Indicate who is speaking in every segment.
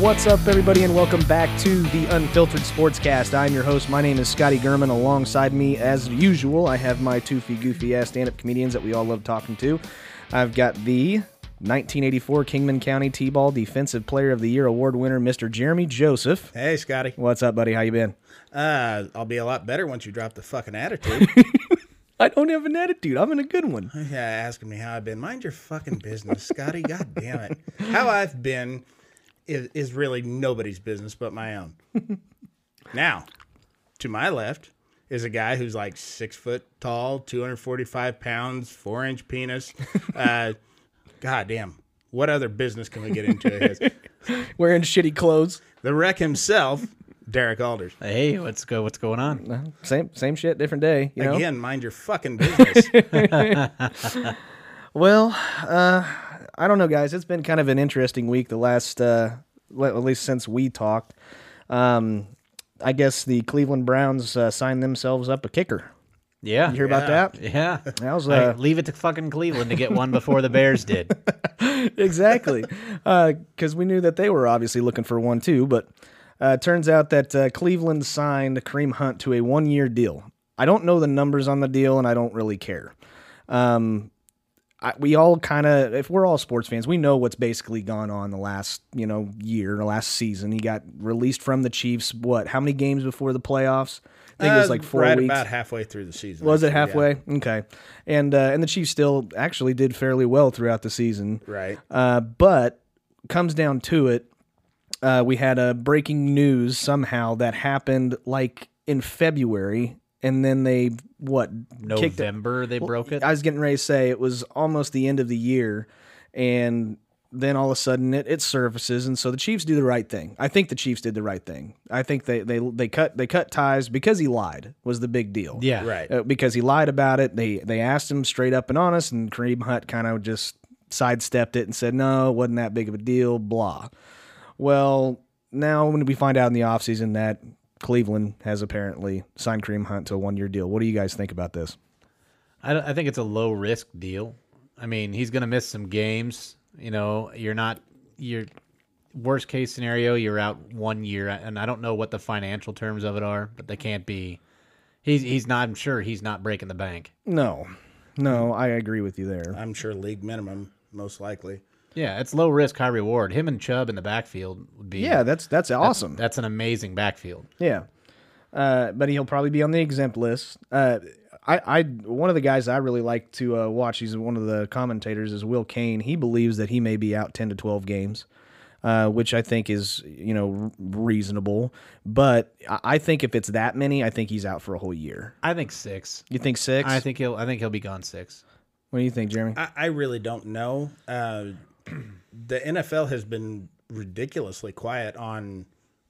Speaker 1: What's up, everybody, and welcome back to the Unfiltered Sportscast. I'm your host. My name is Scotty Gurman. Alongside me, as usual, I have my toofy, goofy ass stand up comedians that we all love talking to. I've got the 1984 Kingman County T Ball Defensive Player of the Year award winner, Mr. Jeremy Joseph.
Speaker 2: Hey, Scotty.
Speaker 1: What's up, buddy? How you been?
Speaker 2: Uh, I'll be a lot better once you drop the fucking attitude.
Speaker 1: I don't have an attitude. I'm in a good one.
Speaker 2: yeah, asking me how I've been. Mind your fucking business, Scotty. God damn it. How I've been is, is really nobody's business but my own. now, to my left is a guy who's like six foot tall, 245 pounds, four inch penis. Uh, God damn. What other business can we get into? of his?
Speaker 1: Wearing shitty clothes.
Speaker 2: The wreck himself, Derek Alders.
Speaker 3: Hey, what's go? What's going on?
Speaker 1: Same, same shit, different day. You know?
Speaker 2: Again, mind your fucking business.
Speaker 1: Well, uh, I don't know, guys. It's been kind of an interesting week the last, uh, le- at least since we talked. Um, I guess the Cleveland Browns uh, signed themselves up a kicker.
Speaker 3: Yeah,
Speaker 1: You hear about that?
Speaker 3: yeah.
Speaker 1: How's,
Speaker 3: Hey,
Speaker 1: uh,
Speaker 3: leave it to fucking Cleveland to get one before the Bears did.
Speaker 1: exactly. Because we knew that they were obviously looking for one too, but uh, turns out that uh, Cleveland signed Kareem Hunt to a one year deal. I don't know the numbers on the deal, and I don't really care. Um, I, we all kind of, if we're all sports fans, we know what's basically gone on the last, you know, year, the last season. He got released from the Chiefs. What? How many games before the playoffs? I think it was
Speaker 2: Uh,
Speaker 1: like four
Speaker 2: right
Speaker 1: weeks.
Speaker 2: about halfway through the season.
Speaker 1: was it
Speaker 2: actually, yeah.
Speaker 1: halfway? Okay, and uh, and the Chiefs still actually did fairly well throughout the season.
Speaker 2: Right.
Speaker 1: Uh, but comes down to it, uh, we had a breaking news somehow that happened like in February, and then they what kicked it.
Speaker 3: November they broke it.
Speaker 1: I was getting ready to say it was almost the end of the year, and then all of a sudden it, it surfaces, and so the Chiefs do the right thing. I think the Chiefs did the right thing. I think they they they cut they cut ties because he lied was the big deal.
Speaker 3: yeah,
Speaker 2: Right.
Speaker 1: Uh, because he lied about it. They they asked him straight up and honest, and Kareem Hunt kind of just sidestepped it and said, "No, it wasn't that big of a deal." Blah. Well, now when we find out in the offseason that Cleveland has apparently signed Kareem Hunt to a one year deal, what do you guys think about this?
Speaker 3: I, don't- I think it's a low risk deal. I mean, he's gonna miss some games. You know, you're not you're worst case scenario you're out one year, and I don't know what the financial terms of it are, but they can't be. He's he's not. I'm sure he's not breaking the bank.
Speaker 1: No, no, I agree with you there.
Speaker 2: I'm sure league minimum, most likely.
Speaker 3: Yeah, it's low risk, high reward. Him and Chubb in the backfield would be.
Speaker 1: Yeah, that's that's awesome.
Speaker 3: that's an amazing backfield.
Speaker 1: Yeah. Uh, but he'll probably be on the exempt list. Uh, I, I, one of the guys I really like to uh, watch, he's one of the commentators, is Will Kane. He believes that he may be out 10 to 12 games, uh, which I think is, you know, r- reasonable. But I- I think if it's that many, I think he's out for a whole year.
Speaker 3: I think six.
Speaker 1: You think six?
Speaker 3: I think he'll. I think he'll be gone six.
Speaker 1: what do you think, Jeremy?
Speaker 2: I, I really don't know. Uh, the NFL has been ridiculously quiet on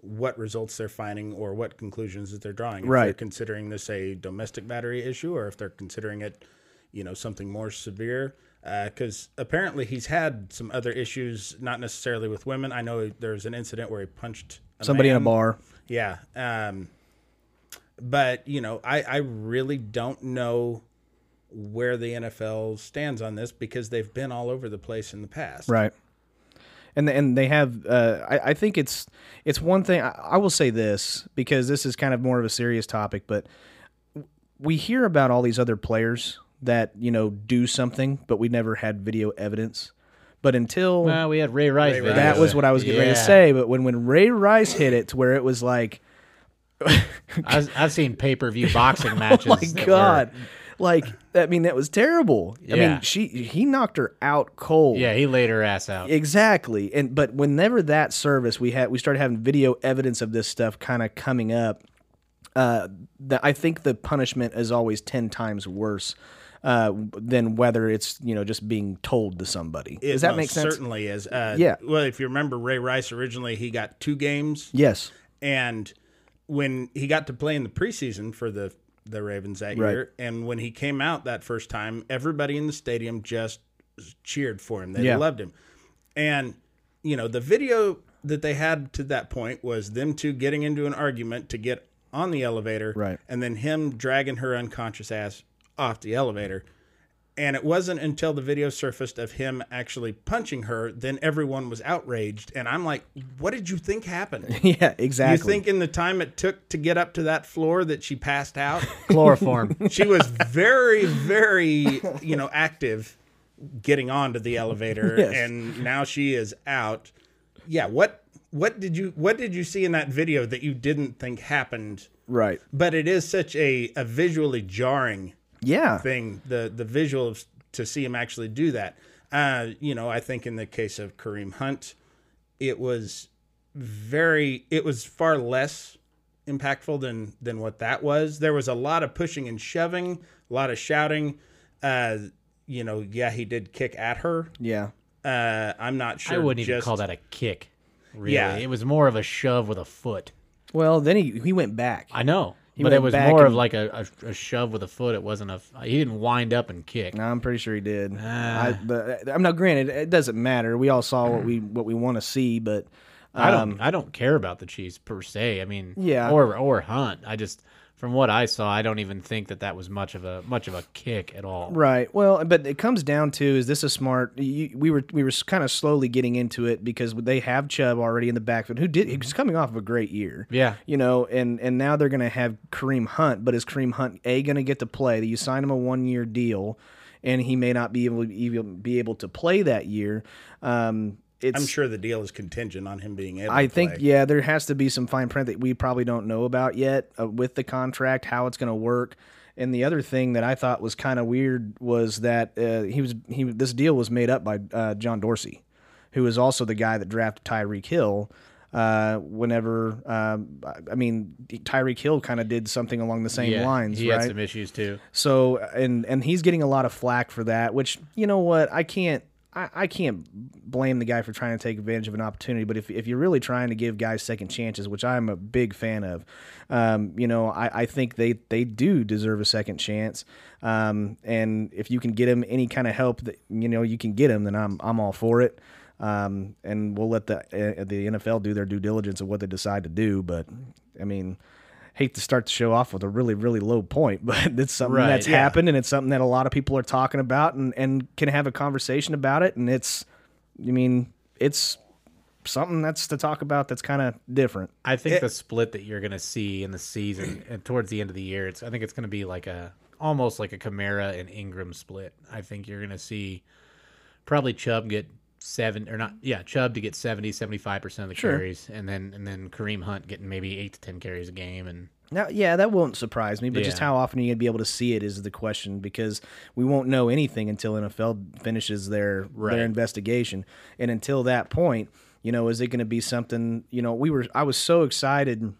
Speaker 2: what results they're finding or what conclusions that they're drawing. If They're
Speaker 1: Right.
Speaker 2: considering this a domestic battery issue or if they're considering it, you know, something more severe. Because apparently he's had some other issues, not necessarily with women. I know there's an incident where he punched a
Speaker 1: Somebody in a
Speaker 2: man.
Speaker 1: bar.
Speaker 2: Yeah. Um, but you know, I, I really don't know where the NFL stands on this because they've been all over the place in the past.
Speaker 1: Right. And and they have. Uh, I, I think it's it's one thing. I, I will say this because this is kind of more of a serious topic, but we hear about all these other players that you know do something, but we never had video evidence. But until
Speaker 3: Well, we had Ray Rice.
Speaker 2: Rice.
Speaker 1: that was what I was getting ready to
Speaker 3: Yeah.
Speaker 1: say. But when when Ray Rice hit it to where it was like,
Speaker 3: I was, I've seen pay per view boxing matches.
Speaker 1: Oh my
Speaker 3: that were-
Speaker 1: God, like I mean that was terrible. I
Speaker 3: Yeah.
Speaker 1: mean she he knocked her out cold.
Speaker 3: yeah, he laid her ass out.
Speaker 1: Exactly. And but whenever that service we had we started having video evidence of this stuff kind of coming up, uh the, I think the punishment is always 10 times worse. uh, than whether it's you know just being told to somebody. Does that
Speaker 2: most
Speaker 1: make sense?
Speaker 2: Certainly is. Uh,
Speaker 1: Yeah.
Speaker 2: Well, if you remember Ray Rice originally, he got two games,
Speaker 1: Yes.
Speaker 2: and when he got to play in the preseason for the the Ravens that
Speaker 1: Right.
Speaker 2: year, and when he came out that first time, everybody in the stadium just cheered for him. They
Speaker 1: Yeah.
Speaker 2: loved him, and you know the video that they had to that point was them two getting into an argument to get on the elevator,
Speaker 1: Right.
Speaker 2: and then him dragging her unconscious ass off the elevator. And it wasn't until the video surfaced of him actually punching her, then everyone was outraged. And I'm like, what did you think happened?
Speaker 1: Yeah.
Speaker 2: You
Speaker 1: Exactly.
Speaker 2: think in the time it took to get up to that floor that she passed out?
Speaker 3: Chloroform.
Speaker 2: she was very, very, you know, active getting onto the elevator
Speaker 1: Yes.
Speaker 2: and now she is out. Yeah, what what did you what did you see in that video that you didn't think happened?
Speaker 1: right.
Speaker 2: But it is such a, a visually jarring
Speaker 1: Yeah.
Speaker 2: thing the the visual of- to see him actually do that uh you know i think in the case of kareem hunt it was very it was far less impactful than than what that was there was a lot of pushing and shoving a lot of shouting uh you know yeah he did kick at her
Speaker 1: Yeah.
Speaker 2: uh i'm not sure
Speaker 3: I wouldn't even
Speaker 2: just-
Speaker 3: call that a kick. Really,
Speaker 2: Yeah.
Speaker 3: it was more of a shove with a foot.
Speaker 1: Well, then he he went back.
Speaker 3: I know,
Speaker 1: He
Speaker 3: but it
Speaker 1: went
Speaker 3: was
Speaker 1: back
Speaker 3: more of
Speaker 1: and-
Speaker 3: like a, a, a shove with a foot. It wasn't a. He didn't wind up and kick.
Speaker 1: No, I'm pretty sure he did.
Speaker 2: Ah.
Speaker 1: I, but, uh, I'm not. Granted, it doesn't matter. We all saw
Speaker 2: Mm.
Speaker 1: what we what we want to see, but
Speaker 3: I don't. I don't care about the Chiefs per se. I mean,
Speaker 1: Yeah.
Speaker 3: or or Hunt. I just from what I saw, I don't even think that that was much of a much of a kick at all.
Speaker 1: Right. Well, but it comes down to is this a smart? You, we were we were kind of slowly getting into it because they have Chubb already in the backfield, who did he's coming off of a great year.
Speaker 3: Yeah.
Speaker 1: You know, and and now they're going to have Kareem Hunt, but is Kareem Hunt a going to get to play? You sign him a one year deal, and he may not be able even be able to play that year. Um, it's
Speaker 2: i'm sure the deal is contingent on him being able
Speaker 1: I
Speaker 2: to
Speaker 1: think
Speaker 2: play.
Speaker 1: yeah, there has to be some fine print that we probably don't know about yet uh, with the contract, how it's going to work. And the other thing that I thought was kind of weird was that uh, he was he this deal was made up by uh, John Dorsey, who is also the guy that drafted Tyreek Hill. Uh, whenever um, I- I mean Tyreek Hill kind of did something along the same
Speaker 3: Yeah,
Speaker 1: lines,
Speaker 3: he
Speaker 1: right?
Speaker 3: had some issues too.
Speaker 1: So and and he's getting a lot of flack for that, which you know what I can't I, I can't blame the guy for trying to take advantage of an opportunity. But if if you're really trying to give guys second chances, which I'm a big fan of, um, you know I, I think they they do deserve a second chance. Um, and if you can get him any kind of help that you know you can get him, then I'm I'm all for it. Um, and we'll let the uh, the NFL do their due diligence of what they decide to do. But I mean hate to start the show off with a really really low point but it's something
Speaker 3: Right,
Speaker 1: that's
Speaker 3: yeah.
Speaker 1: happened and it's something that a lot of people are talking about and and can have a conversation about it and it's i mean it's something that's to talk about that's kind of different
Speaker 3: I think the split that you're going to see in the season and towards the end of the year, it's I think it's going to be like a almost like a Camara and Ingram split. I think you're going to see probably Chubb get seven or not yeah, Chubb to get 70 75% of the carries and then and then Kareem Hunt getting maybe 8 to 10 carries a game and
Speaker 1: now yeah that won't surprise me but just
Speaker 3: Yeah.
Speaker 1: how often are you gonna be able to see it is the question because we won't know anything until nfl finishes their
Speaker 3: Right.
Speaker 1: their investigation and until that point you know is it gonna be something you know we were i was so excited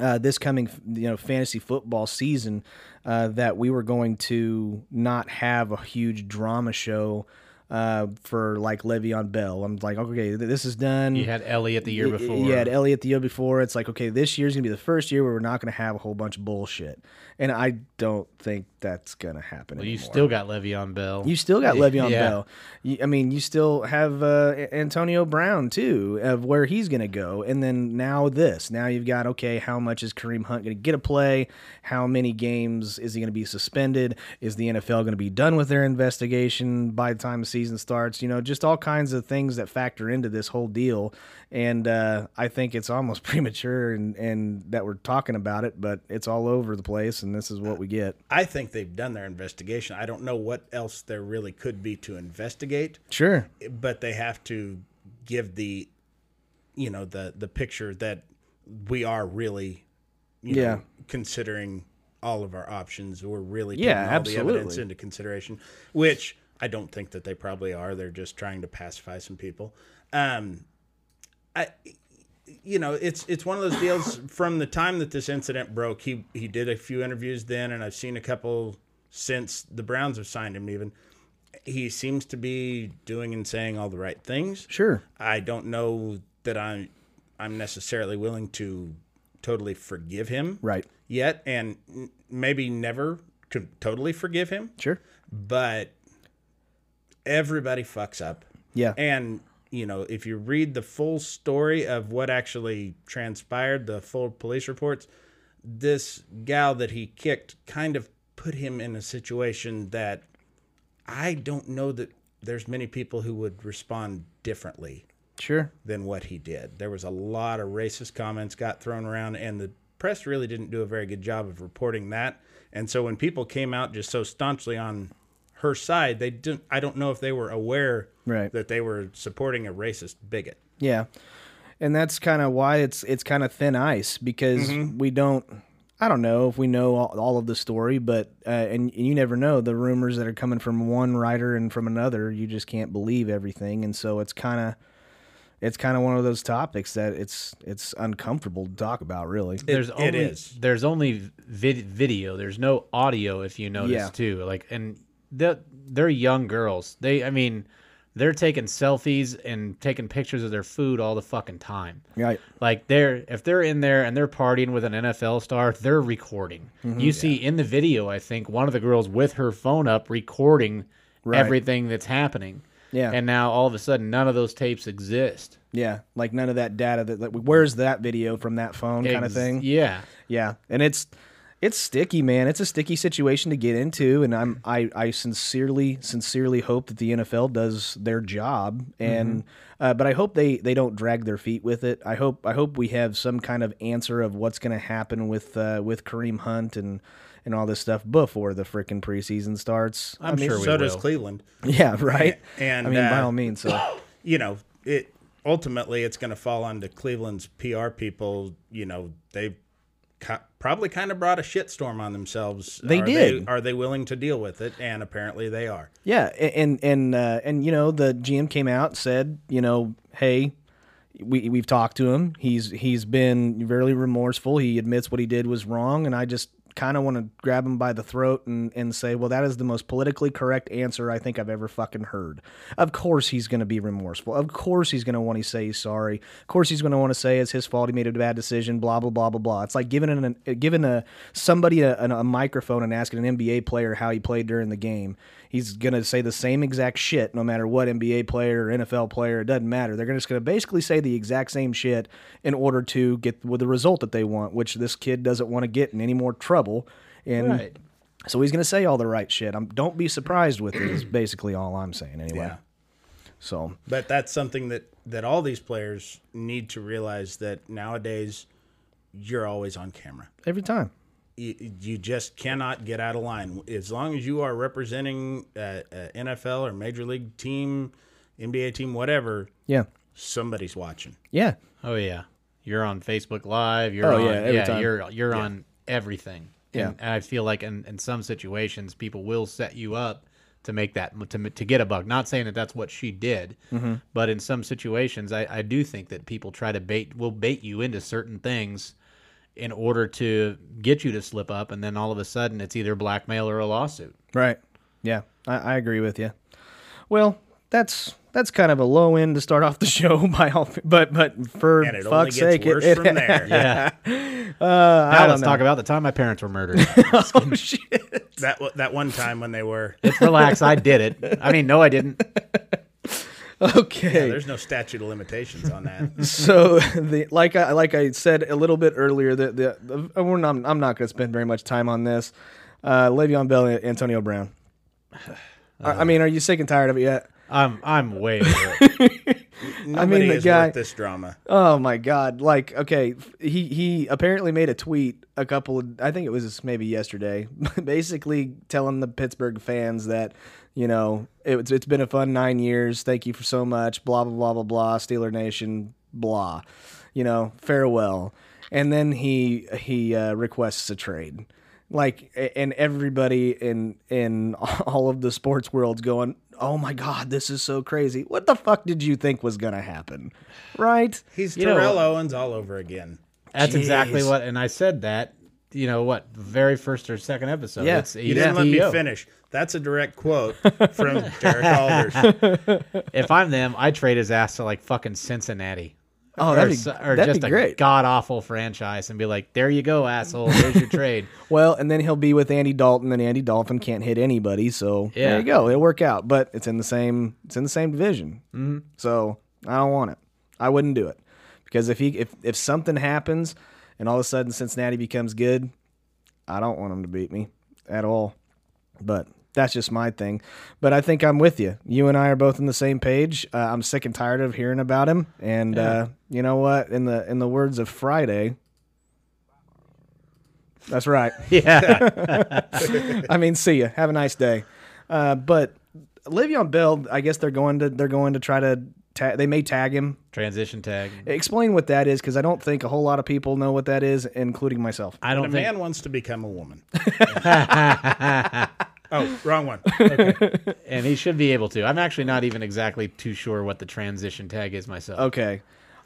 Speaker 1: uh, this coming you know fantasy football season uh, that we were going to not have a huge drama show uh, for like Le'Veon Bell. I'm like, okay, th- this is done.
Speaker 3: you had Elliott the year before.
Speaker 1: Mm. Yeah, at Elliott the year before, it's like, okay, this year's gonna be the first year where we're not gonna have a whole bunch of bullshit, and I don't think that's gonna happen.
Speaker 3: you
Speaker 1: anymore.
Speaker 3: still got Le'Veon Bell.
Speaker 1: You still got Le'Veon
Speaker 3: Yeah.
Speaker 1: Bell. You, I mean, you still have uh, A- Antonio Brown too, of where he's going to go, and then now this. Now you've got okay, how much is Kareem Hunt going to get a play? How many games is he going to be suspended? Is the NFL going to be done with their investigation by the time the season starts? You know, just all kinds of things that factor into this whole deal. And uh, I think it's almost premature, and and that we're talking about it, but it's all over the place, and this is what we get.
Speaker 2: I think they've done their investigation. I don't know what else there really could be to investigate.
Speaker 1: Sure.
Speaker 2: but they have to give the you know the the picture that we are really you
Speaker 1: Yeah.
Speaker 2: know, considering all of our options we're really
Speaker 1: Yeah,
Speaker 2: taking all the evidence
Speaker 1: absolutely.
Speaker 2: into consideration which i don't think that they probably are they're just trying to pacify some people um i you know it's it's one of those deals from the time that this incident broke he he did a few interviews then and i've seen a couple since the Browns have signed him, even. He seems to be doing and saying all the right things.
Speaker 1: Sure.
Speaker 2: I don't know that I'm I'm necessarily willing to totally forgive him
Speaker 1: Right.
Speaker 2: yet, and n- maybe never to totally forgive him.
Speaker 1: Sure.
Speaker 2: But everybody fucks up,
Speaker 1: Yeah.
Speaker 2: and you know if you read the full story of what actually transpired, the full police reports, this gal that he kicked kind of put him in a situation that I don't know that there's many people who would respond differently
Speaker 1: sure.
Speaker 2: than what he did. There was a lot of racist comments got thrown around, and the press really didn't do a very good job of reporting that. And so when people came out just so staunchly on her side, they didn't. I don't know if they were aware
Speaker 1: Right.
Speaker 2: that they were supporting a racist bigot.
Speaker 1: Yeah. And that's kind of why it's it's kind of thin ice because we don't I don't know if we know all, all of the story, but uh, and, and you never know the rumors that are coming from one writer and from another. You just can't believe everything, and so it's kind of it's kind of one of those topics that it's it's uncomfortable to talk about, really.
Speaker 3: there's only
Speaker 2: is.
Speaker 3: there's only vid- video. There's no audio if you notice
Speaker 1: Yeah.
Speaker 3: too. Like and they're, they're young girls. They I mean they're taking selfies and taking pictures of their food all the fucking time.
Speaker 1: Right.
Speaker 3: Like they're if they're in there and they're partying with an NFL star, they're recording.
Speaker 1: Mm-hmm.
Speaker 3: You see in the video, I think one of the girls with her phone up recording
Speaker 1: Right.
Speaker 3: everything that's happening.
Speaker 1: Yeah.
Speaker 3: And now all of a sudden, none of those tapes exist.
Speaker 1: Yeah, like none of that data that like, where's that video from that phone kind of
Speaker 3: Ex-
Speaker 1: thing.
Speaker 3: Yeah.
Speaker 1: Yeah, and it's it's sticky, man. It's a sticky situation to get into, and I'm I I sincerely sincerely hope that the NFL does their job, and
Speaker 3: Mm-hmm.
Speaker 1: uh, but I hope they they don't drag their feet with it. I hope I hope we have some kind of answer of what's going to happen with uh, with Kareem Hunt and and all this stuff before the freaking preseason starts.
Speaker 3: I'm sure we
Speaker 2: so
Speaker 3: will.
Speaker 2: does Cleveland.
Speaker 1: Yeah, right.
Speaker 2: And,
Speaker 1: I mean, by
Speaker 2: uh,
Speaker 1: all means, so.
Speaker 2: You know it. Ultimately, it's going to fall onto Cleveland's PR people. You know they co- probably kind of brought a shitstorm on themselves.
Speaker 1: They
Speaker 2: Are
Speaker 1: did.
Speaker 2: are they willing to deal with it? And apparently, they are.
Speaker 1: Yeah, a- and and uh, and you know the GM came out and said, you know, hey, we we've talked to him. He's he's been very remorseful. He admits what he did was wrong, and I just kind of want to grab him by the throat and and say, well, that is the most politically correct answer I think I've ever fucking heard. Of course he's going to be remorseful. Of course he's going to want to say he's sorry. Of course he's going to want to say it's his fault. He made a bad decision. Blah blah blah blah blah. It's like giving an uh, giving a somebody a, a microphone and asking an NBA player how he played during the game. He's going to say the same exact shit no matter what NBA player or NFL player. It doesn't matter. They're gonna- just going to basically say the exact same shit in order to get with the result that they want, which this kid doesn't want to get in any more trouble. And
Speaker 3: Right.
Speaker 1: so he's going to say all the right shit. I'm, don't be surprised with it, is basically all I'm saying anyway.
Speaker 2: Yeah.
Speaker 1: So,
Speaker 2: But that's something that that all these players need to realize that nowadays you're always on camera.
Speaker 1: every time.
Speaker 2: You, you just cannot get out of line. As long as you are representing a, a NFL or major league team, NBA team, whatever,
Speaker 1: Yeah.
Speaker 2: somebody's watching.
Speaker 1: Yeah.
Speaker 3: Oh yeah, you're on Facebook Live. You're
Speaker 1: Oh,
Speaker 3: on,
Speaker 1: yeah, every
Speaker 3: yeah,
Speaker 1: time.
Speaker 3: you're you're on everything.
Speaker 1: Yeah.
Speaker 3: and, and I feel like in, in some situations, people will set you up to make that to to get a buck. Not saying that that's what she did,
Speaker 1: Mm-hmm.
Speaker 3: but in some situations, I I do think that people try to bait will bait you into certain things in order to get you to slip up, and then all of a sudden, it's either blackmail or a lawsuit.
Speaker 1: Right. Yeah. I, I agree with you. Well, that's that's kind of a low end to start off the show by all, but but for
Speaker 2: And it only
Speaker 1: fuck's
Speaker 2: gets
Speaker 1: sake, it-
Speaker 2: worse
Speaker 1: it-
Speaker 2: from there.
Speaker 3: Yeah.
Speaker 1: Uh,
Speaker 3: now let's talk about the time my parents were murdered.
Speaker 1: oh shit.
Speaker 2: That wa- that one time when they were
Speaker 3: Relax, I did it. I mean, no, I didn't.
Speaker 1: Okay.
Speaker 2: there's no statute of limitations on that.
Speaker 1: so the like I like I said a little bit earlier that the, the uh, we're not, I'm not going to spend very much time on this. Uh, Le'Veon Bell, and Antonio Brown. I- I mean, are you sick and tired of it yet?
Speaker 3: I'm I'm way over it.
Speaker 2: Nobody
Speaker 1: the
Speaker 2: is
Speaker 1: guy-
Speaker 2: worth this drama.
Speaker 1: Oh my god! Like, okay, f- he he apparently made a tweet a couple of I think it was maybe yesterday, basically telling the Pittsburgh fans that you know it's it's been a fun nine years. Thank you for so much. Blah blah blah blah blah. Steeler Nation. Blah. You know, farewell. And then he he uh, requests a trade. Like a- and everybody in in all of the sports world's going, oh my god, this is so crazy. What the fuck did you think was gonna happen, right?
Speaker 2: He's
Speaker 3: know
Speaker 2: Terrell Owens all over again.
Speaker 3: That's exactly
Speaker 1: Jeez.
Speaker 3: what, and I said that you know what, very first or second episode.
Speaker 1: Yeah.
Speaker 3: It's,
Speaker 2: You
Speaker 3: he's
Speaker 2: didn't let me
Speaker 3: CEO.
Speaker 2: finish. That's a direct quote from Derek Alders.
Speaker 3: If I'm them, I trade his ass to like fucking Cincinnati.
Speaker 1: Oh,
Speaker 3: or,
Speaker 1: that'd be,
Speaker 3: so- or
Speaker 1: that'd
Speaker 3: just
Speaker 1: be
Speaker 3: a
Speaker 1: great.
Speaker 3: god awful franchise and be like, there you go, asshole. There's your trade.
Speaker 1: Well, and then he'll be with Andy Dalton, and Andy Dalton can't hit anybody, so there
Speaker 3: Yeah.
Speaker 1: you go. It'll work out, but it's in the same it's in the same division. Mm-hmm. So I don't want it. I wouldn't do it because if he if if something happens and all of a sudden Cincinnati becomes good, I don't want him to beat me at all. But that's just my thing. But I think I'm with you. You and I are both on the same page. Uh, I'm sick and tired of hearing about him, and uh, you know what? In the in the words of Friday. That's right.
Speaker 3: Yeah.
Speaker 1: I mean, see you. Have a nice day. Uh, but Le'Veon Bell, I guess they're going to they're going to try to ta- they may tag him.
Speaker 3: Transition tag.
Speaker 1: Explain what that is because I don't think a whole lot of people know what that is, including myself.
Speaker 3: I
Speaker 2: When
Speaker 3: don't
Speaker 2: a
Speaker 3: think
Speaker 2: man wants to become a woman. oh, wrong one.
Speaker 3: and he should be able to. I'm actually not even exactly too sure what the transition tag is myself.
Speaker 1: Okay.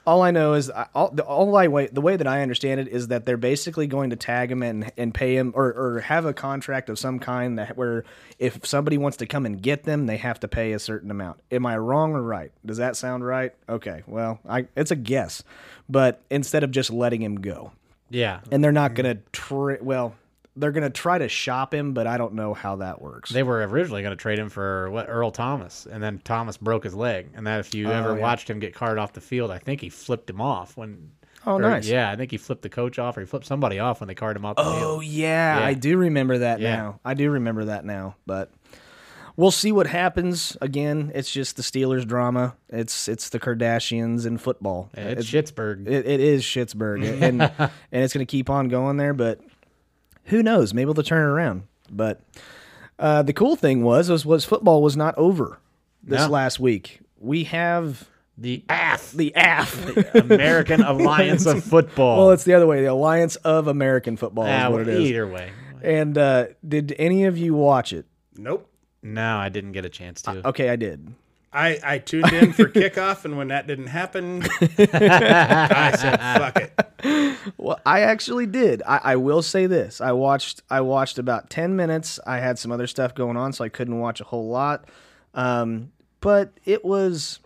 Speaker 1: All I know is I, all, the, all I way, the way that I understand it is that they're basically going to tag him and, and pay him or, or have a contract of some kind that where if somebody wants to come and get them, they have to pay a certain amount. Am I wrong or right? Does that sound right? Okay, well, I, it's a guess, but instead of just letting him go,
Speaker 3: Yeah.
Speaker 1: and they're not going to try. Well, they're going to try to shop him, but I don't know how that works.
Speaker 3: They were originally going to trade him for what Earl Thomas, and then Thomas broke his leg. And that if you
Speaker 1: Oh,
Speaker 3: ever watched him get carted off the field, I think he flipped him off when.
Speaker 1: Oh,
Speaker 3: or-
Speaker 1: nice.
Speaker 3: Yeah, I think he flipped the coach off, or he flipped somebody off when they carted him off the field.
Speaker 1: Oh yeah,
Speaker 3: Yeah.
Speaker 1: I do remember that
Speaker 3: Yeah.
Speaker 1: now. I do remember that now, but we'll see what happens. Again, it's just the Steelers drama. It's it's the Kardashians in football.
Speaker 3: Yeah, It's, Schittsburg.
Speaker 1: It, it is Schittsburg, and and it's going to keep on going there. But who knows? Maybe they'll turn it around. But uh, the cool thing was was, was football was not over this
Speaker 3: No.
Speaker 1: last week. We have
Speaker 3: the AF,
Speaker 1: the AF.
Speaker 3: American Alliance of Football.
Speaker 1: well, it's the other way. The Alliance of American Football
Speaker 3: Ah,
Speaker 1: is what it is.
Speaker 3: Either way.
Speaker 1: And uh, did any of you watch it?
Speaker 2: Nope.
Speaker 3: No, I didn't get a chance to.
Speaker 1: Okay, I did.
Speaker 2: I, I tuned in for kickoff, and when that didn't happen, I said, fuck it.
Speaker 1: Well, I actually did. I, I will say this: I watched. I watched about ten minutes. I had some other stuff going on, so I couldn't watch a whole lot. Um, but it was,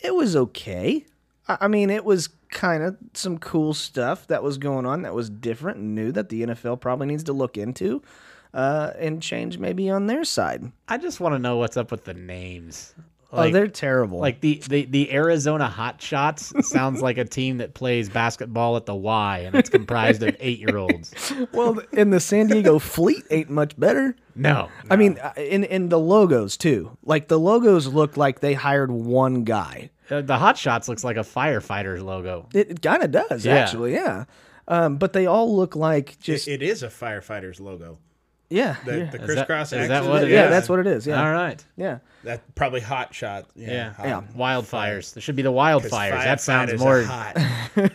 Speaker 1: it was okay. I, I mean, it was kind of some cool stuff that was going on that was different and new that the NFL probably needs to look into, uh, and change maybe on their side.
Speaker 3: I just want to know what's up with the names.
Speaker 1: oh,
Speaker 3: Like,
Speaker 1: they're terrible.
Speaker 3: like the, the, the Arizona Hot Shots sounds like a team that plays basketball at the Y, and it's comprised of eight year olds.
Speaker 1: well, and the San Diego Fleet ain't much better.
Speaker 3: No.
Speaker 1: I mean, uh, in in the logos too. Like the logos look like they hired one guy.
Speaker 3: Uh, the Hot Shots looks like a firefighter's logo.
Speaker 1: It, it kind of does
Speaker 3: Yeah.
Speaker 1: actually, yeah. Um, but they all look like
Speaker 2: It,
Speaker 1: just
Speaker 2: it is a firefighter's logo.
Speaker 1: yeah,
Speaker 2: The,
Speaker 1: yeah.
Speaker 2: the crisscross
Speaker 3: is that
Speaker 2: action.
Speaker 3: what it
Speaker 1: yeah.
Speaker 3: is?
Speaker 1: That's what it is. Yeah,
Speaker 3: All right.
Speaker 1: yeah.
Speaker 2: That probably hot shot. Yeah.
Speaker 3: Yeah.
Speaker 2: hot.
Speaker 3: Wildfires. There should be the wildfires. That sounds
Speaker 2: Firefighters
Speaker 3: more.
Speaker 2: are hot.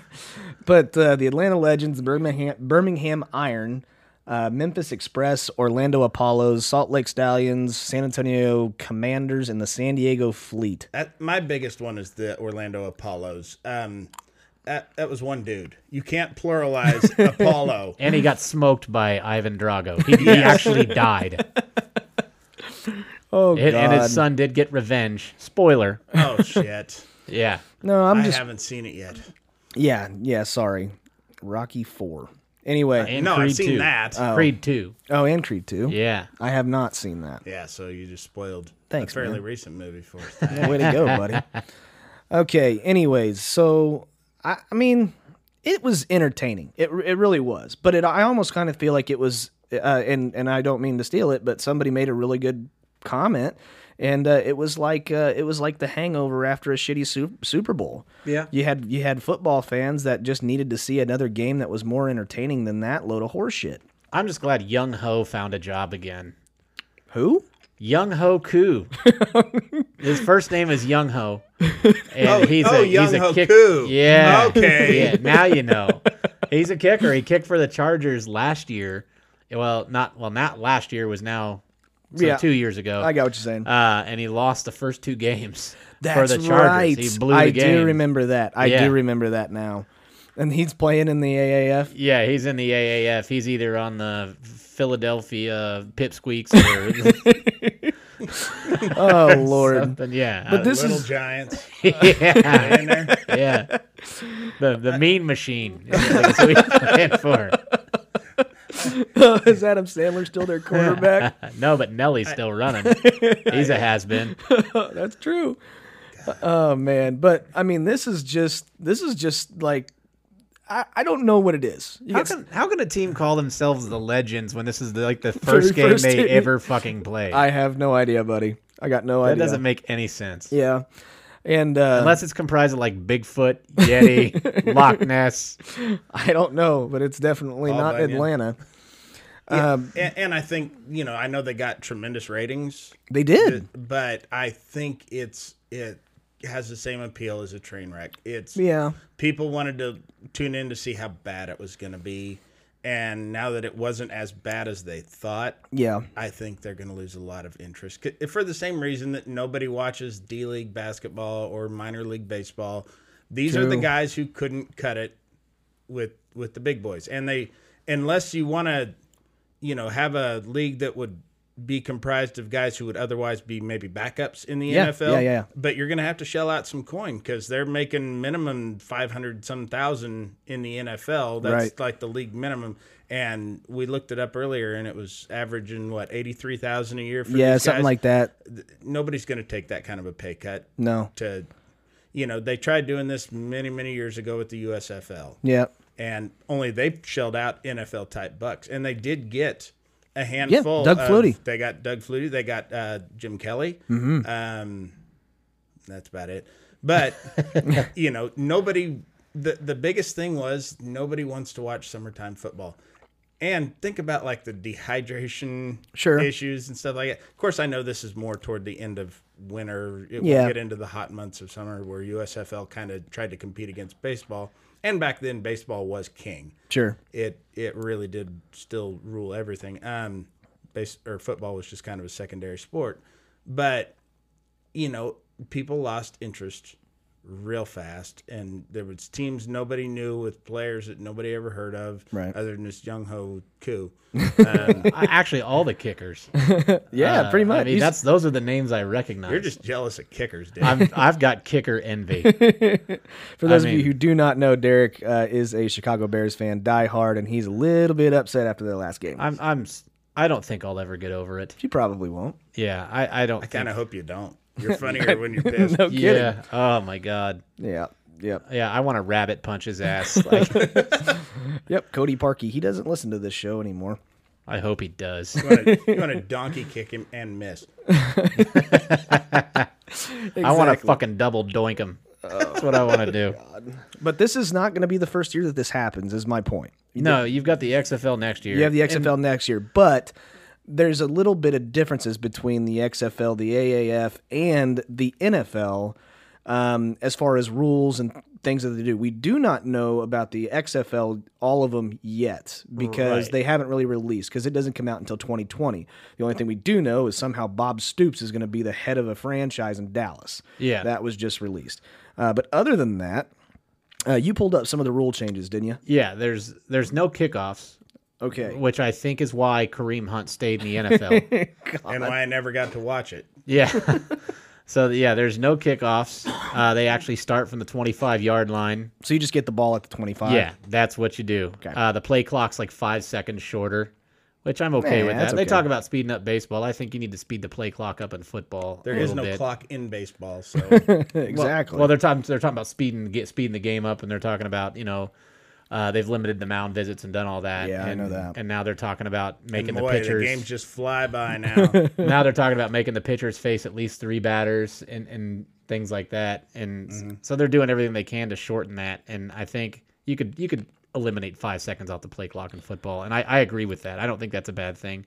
Speaker 1: But uh, the Atlanta Legends, the Birmingham Birmingham Iron, uh, Memphis Express, Orlando Apollos, Salt Lake Stallions, San Antonio Commanders, and the San Diego Fleet.
Speaker 2: That, my biggest one is the Orlando Apollos. Um, that, that was one dude. You can't pluralize Apollo.
Speaker 3: And he got smoked by Ivan Drago. He, he actually died.
Speaker 1: Oh
Speaker 3: It,
Speaker 1: God!
Speaker 3: and his son did get revenge. Spoiler.
Speaker 2: Oh shit!
Speaker 3: Yeah.
Speaker 1: no,
Speaker 2: i
Speaker 1: I'm just
Speaker 2: haven't seen it yet.
Speaker 1: yeah, yeah. Sorry, Rocky Four. Anyway,
Speaker 3: And
Speaker 2: No, I've
Speaker 3: Creed
Speaker 2: seen
Speaker 3: 2.
Speaker 2: that.
Speaker 3: Creed 2.
Speaker 1: oh, and Creed Two.
Speaker 3: Yeah.
Speaker 1: I have not seen that.
Speaker 2: Yeah, so you just spoiled
Speaker 1: Thanks,
Speaker 2: a fairly
Speaker 1: man.
Speaker 2: recent movie for us.
Speaker 1: Way to go, buddy. Okay. Anyways, so I, I mean, it was entertaining. It it really was, but it I almost kind of feel like it was, uh, and and I don't mean to steal it, but somebody made a really good comment, and uh, it was like uh, it was like the Hangover after a shitty su- Super Bowl.
Speaker 2: Yeah.
Speaker 1: You had you had football fans that just needed to see another game that was more entertaining than that load of horseshit.
Speaker 3: I'm just glad Young Ho found a job again.
Speaker 1: Who?
Speaker 3: Young Ho Koo. His first name is Young Ho. And
Speaker 2: Oh,
Speaker 3: he's
Speaker 2: oh,
Speaker 3: a
Speaker 2: Young
Speaker 3: he's a
Speaker 2: Ho
Speaker 3: kick.
Speaker 2: Koo.
Speaker 3: Yeah.
Speaker 2: Okay.
Speaker 3: Yeah, now you know. He's a kicker. He kicked for the Chargers last year. Well, not well, not last year was now so
Speaker 1: Yeah.
Speaker 3: two years ago.
Speaker 1: I got what you're saying.
Speaker 3: uh, and he lost the first two games
Speaker 1: That's
Speaker 3: for the Chargers.
Speaker 1: right.
Speaker 3: He blew the
Speaker 1: I
Speaker 3: game.
Speaker 1: do remember that. I
Speaker 3: Yeah.
Speaker 1: do remember that now. And he's playing in the AAF.
Speaker 3: Yeah, he's in the AAF. He's either on the Philadelphia Pipsqueaks or
Speaker 1: Oh lord.
Speaker 3: something. Yeah, uh,
Speaker 1: But this
Speaker 2: Little
Speaker 1: is
Speaker 2: Giants
Speaker 3: yeah,
Speaker 2: in there.
Speaker 3: yeah. The the mean machine. Is what he's playing for.
Speaker 1: oh, is Adam Sandler still their quarterback?
Speaker 3: Uh, No, but Nelly's still running. He's a has been.
Speaker 1: That's true. Oh man, but I mean, this is just this is just like I, I don't know what it is. You
Speaker 3: How
Speaker 1: get-
Speaker 3: can how can a team call themselves the Legends when this is the, like the
Speaker 1: Very
Speaker 3: first game
Speaker 1: first
Speaker 3: they
Speaker 1: team.
Speaker 3: ever fucking played?
Speaker 1: I have no idea, buddy. I got no
Speaker 3: that
Speaker 1: idea.
Speaker 3: doesn't make any sense.
Speaker 1: yeah, and uh,
Speaker 3: Unless it's comprised of like Bigfoot, Yeti, Loch Ness.
Speaker 1: I don't know, but it's definitely not
Speaker 2: Bunyan.
Speaker 1: Atlanta.
Speaker 2: And, and I think you know, I know they got tremendous ratings,
Speaker 1: They did.
Speaker 2: but I think it's it has the same appeal as a train wreck. It's
Speaker 1: Yeah.
Speaker 2: people wanted to tune in to see how bad it was going to be, and now that it wasn't as bad as they thought,
Speaker 1: Yeah.
Speaker 2: I think they're going to lose a lot of interest 'Cause- for the same reason that nobody watches D League basketball or minor league baseball. These are the
Speaker 1: True.
Speaker 2: guys who couldn't cut it with with the big boys, and they unless you want to, you know, have a league that would be comprised of guys who would otherwise be maybe backups in the
Speaker 1: Yeah,
Speaker 2: NFL.
Speaker 1: yeah, yeah.
Speaker 2: But you're going to have to shell out some coin because they're making minimum five hundred some thousand in the NFL. That's
Speaker 1: Right.
Speaker 2: like the league minimum. And we looked it up earlier, and it was averaging what eighty three thousand a year for
Speaker 1: Yeah,
Speaker 2: these
Speaker 1: something
Speaker 2: guys.
Speaker 1: like that.
Speaker 2: Nobody's going to take that kind of a pay cut
Speaker 1: No.
Speaker 2: to, you know, they tried doing this many many years ago with the USFL
Speaker 1: Yeah.
Speaker 2: and only they shelled out NFL type bucks, and they did get a handful.
Speaker 1: Doug
Speaker 2: of-
Speaker 1: Flutie. Mm-hmm.
Speaker 2: They got Doug Flutie. They got uh, Jim Kelly. Um, that's about it. But you know, nobody. The the biggest thing was nobody wants to watch summertime football. And think about like the dehydration
Speaker 1: Sure.
Speaker 2: issues and stuff like that. Of course, I know this is more toward the end of winter. It will
Speaker 1: Yeah.
Speaker 2: get into the hot months of summer where USFL kind of tried to compete against baseball. And back then, baseball was king.
Speaker 1: Sure.
Speaker 2: It it really did still rule everything. Um, base or football was just kind of a secondary sport, but you know people lost interest real fast, and there was teams nobody knew with players that nobody ever heard of,
Speaker 1: Right.
Speaker 2: Other than this Jung Ho Koo.
Speaker 3: I- uh, Actually, all the kickers.
Speaker 1: Yeah,
Speaker 3: Uh,
Speaker 1: pretty
Speaker 3: I
Speaker 1: much.
Speaker 3: mean,
Speaker 1: You-
Speaker 3: that's those are the names I recognize.
Speaker 2: You're just jealous of kickers, dude.
Speaker 3: I'm, I've got kicker envy.
Speaker 1: For those of you
Speaker 3: mean-
Speaker 1: who do not know, Derek uh, is a Chicago Bears fan, die hard, and he's a little bit upset after the last game.
Speaker 3: I'm I'm s- I don't think I'll ever get over it.
Speaker 1: she probably won't.
Speaker 3: Yeah, I I don't.
Speaker 2: kind
Speaker 3: think,
Speaker 2: of hope you don't. You're funnier when you're pissed.
Speaker 1: No kidding.
Speaker 3: Yeah. Oh my god.
Speaker 1: Yeah. Yep.
Speaker 3: Yeah, I want to rabbit punch his ass. Like,
Speaker 1: Yep. Cody Parkey. He doesn't listen to this show anymore.
Speaker 3: I hope he does.
Speaker 2: You want to donkey kick him and miss.
Speaker 3: I want to
Speaker 1: Exactly. Oh
Speaker 3: fucking double doink him. That's what I want to do.
Speaker 1: But this is not going to be the first year that this happens. Is my point.
Speaker 3: No, you've got the XFL next year.
Speaker 1: You have the XFL next year, but there's a little bit of differences between the XFL, the AAF, and the NFL um, as far as rules and things that they do. We do not know about the XFL, all of them yet, because
Speaker 2: Right.
Speaker 1: they haven't really released, because it doesn't come out until 2020. The only thing we do know is somehow Bob Stoops is going to be the head of a franchise in Dallas.
Speaker 3: Yeah.
Speaker 1: That was just released. Uh, but other than that, uh, you pulled up some of the rule changes, didn't you?
Speaker 3: Yeah, there's there's no kickoffs,
Speaker 1: Okay.
Speaker 3: which I think is why Kareem Hunt stayed in the NFL.
Speaker 2: and why I never got to watch it.
Speaker 3: yeah. So yeah, there's no kickoffs. Uh, they actually start from the 25 yard line.
Speaker 1: So you just get the ball at the 25.
Speaker 3: Yeah, that's what you do. Uh, the play clock's like five seconds shorter, which I'm okay
Speaker 1: Nah,
Speaker 3: with
Speaker 1: that's
Speaker 3: that. They
Speaker 1: okay.
Speaker 3: talk about speeding up baseball. I think you need to speed the play clock up in football.
Speaker 2: There
Speaker 3: a
Speaker 2: is
Speaker 3: little
Speaker 2: no
Speaker 3: bit.
Speaker 2: clock in baseball, so
Speaker 1: Exactly.
Speaker 3: Well, they're talking they're talking about speeding get speeding the game up, and they're talking about you know. Uh, they've limited the mound visits and done all that.
Speaker 1: Yeah, I
Speaker 3: and,
Speaker 1: know that.
Speaker 3: And now they're talking about making the
Speaker 2: boy, the
Speaker 3: pitchers.
Speaker 2: games just fly by now.
Speaker 3: now they're talking about making the pitchers face at least three batters and, and things like that. And s- so they're doing everything they can to shorten that. And I think you could you could eliminate five seconds off the play clock in football. And I, I agree with that. I don't think that's a bad thing.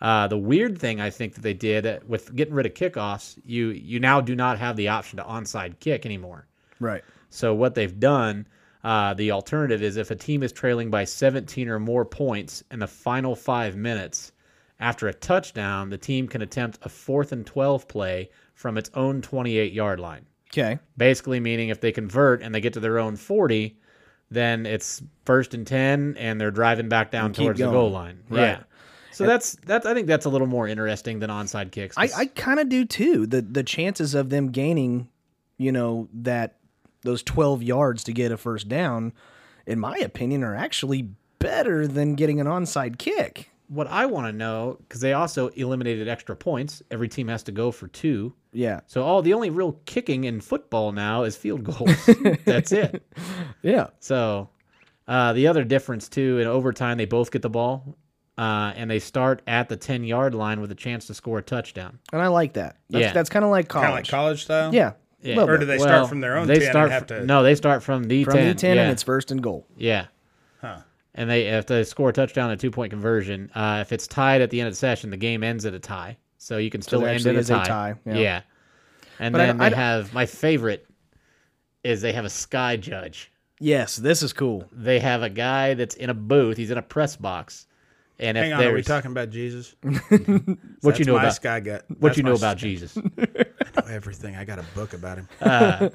Speaker 3: Uh, the weird thing I think that they did uh, with getting rid of kickoffs, you you now do not have the option to onside kick anymore.
Speaker 1: Right.
Speaker 3: So what they've done, uh, the alternative is if a team is trailing by 17 or more points in the final five minutes, after a touchdown, the team can attempt a fourth and 12 play from its own 28 yard line.
Speaker 1: Okay.
Speaker 3: Basically, meaning if they convert and they get to their own 40, then it's first and ten, and they're driving back down
Speaker 1: keep
Speaker 3: towards
Speaker 1: going.
Speaker 3: the goal line.
Speaker 1: Right.
Speaker 3: Yeah. So that's that's I think that's a little more interesting than onside kicks.
Speaker 1: I, I kind of do too. The the chances of them gaining, you know, that those 12 yards to get a first down, in my opinion, are actually better than getting an onside kick.
Speaker 3: what I want to know because they also eliminated extra points. Every team has to go for two.
Speaker 1: Yeah.
Speaker 3: So all the only real kicking in football now is field goals. that's it.
Speaker 1: Yeah.
Speaker 3: So uh, the other difference too in overtime, they both get the ball, uh, and they start at the ten yard line with a chance to score a touchdown.
Speaker 1: And I like that. That's,
Speaker 3: Yeah.
Speaker 1: that's kind of like college.
Speaker 2: Kind of like college style.
Speaker 1: Yeah.
Speaker 3: Yeah.
Speaker 1: Little
Speaker 2: Or
Speaker 1: bit.
Speaker 2: do they
Speaker 3: Well,
Speaker 2: start from their own?
Speaker 3: They
Speaker 2: 10 and
Speaker 3: start
Speaker 2: have
Speaker 3: fr-
Speaker 2: to.
Speaker 3: no, they start from the
Speaker 1: From
Speaker 3: ten.
Speaker 1: E10
Speaker 3: yeah.
Speaker 1: and it's first and goal.
Speaker 3: yeah.
Speaker 2: Huh.
Speaker 3: And they if they score a touchdown, a two point conversion. Uh, if it's tied at the end of the session, the game ends at a tie. So you can still
Speaker 1: there
Speaker 3: end
Speaker 1: actually
Speaker 3: in a
Speaker 1: is a
Speaker 3: tie.
Speaker 1: tie, yeah.
Speaker 3: Yeah. And
Speaker 1: But I
Speaker 3: then
Speaker 1: don't- I
Speaker 3: they
Speaker 1: don't-
Speaker 3: have my favorite is they have a sky judge.
Speaker 1: Yes, this is cool.
Speaker 3: They have a guy that's in a booth. He's in a press box. And if
Speaker 2: Hang on, are we
Speaker 3: there's-
Speaker 2: talking about Jesus?
Speaker 3: what you
Speaker 2: That's
Speaker 3: know
Speaker 2: my
Speaker 3: about
Speaker 2: sky gut.
Speaker 3: what
Speaker 2: That's
Speaker 3: you
Speaker 2: my
Speaker 3: know about Jesus?
Speaker 2: know everything. I got a book about him.
Speaker 3: Ah.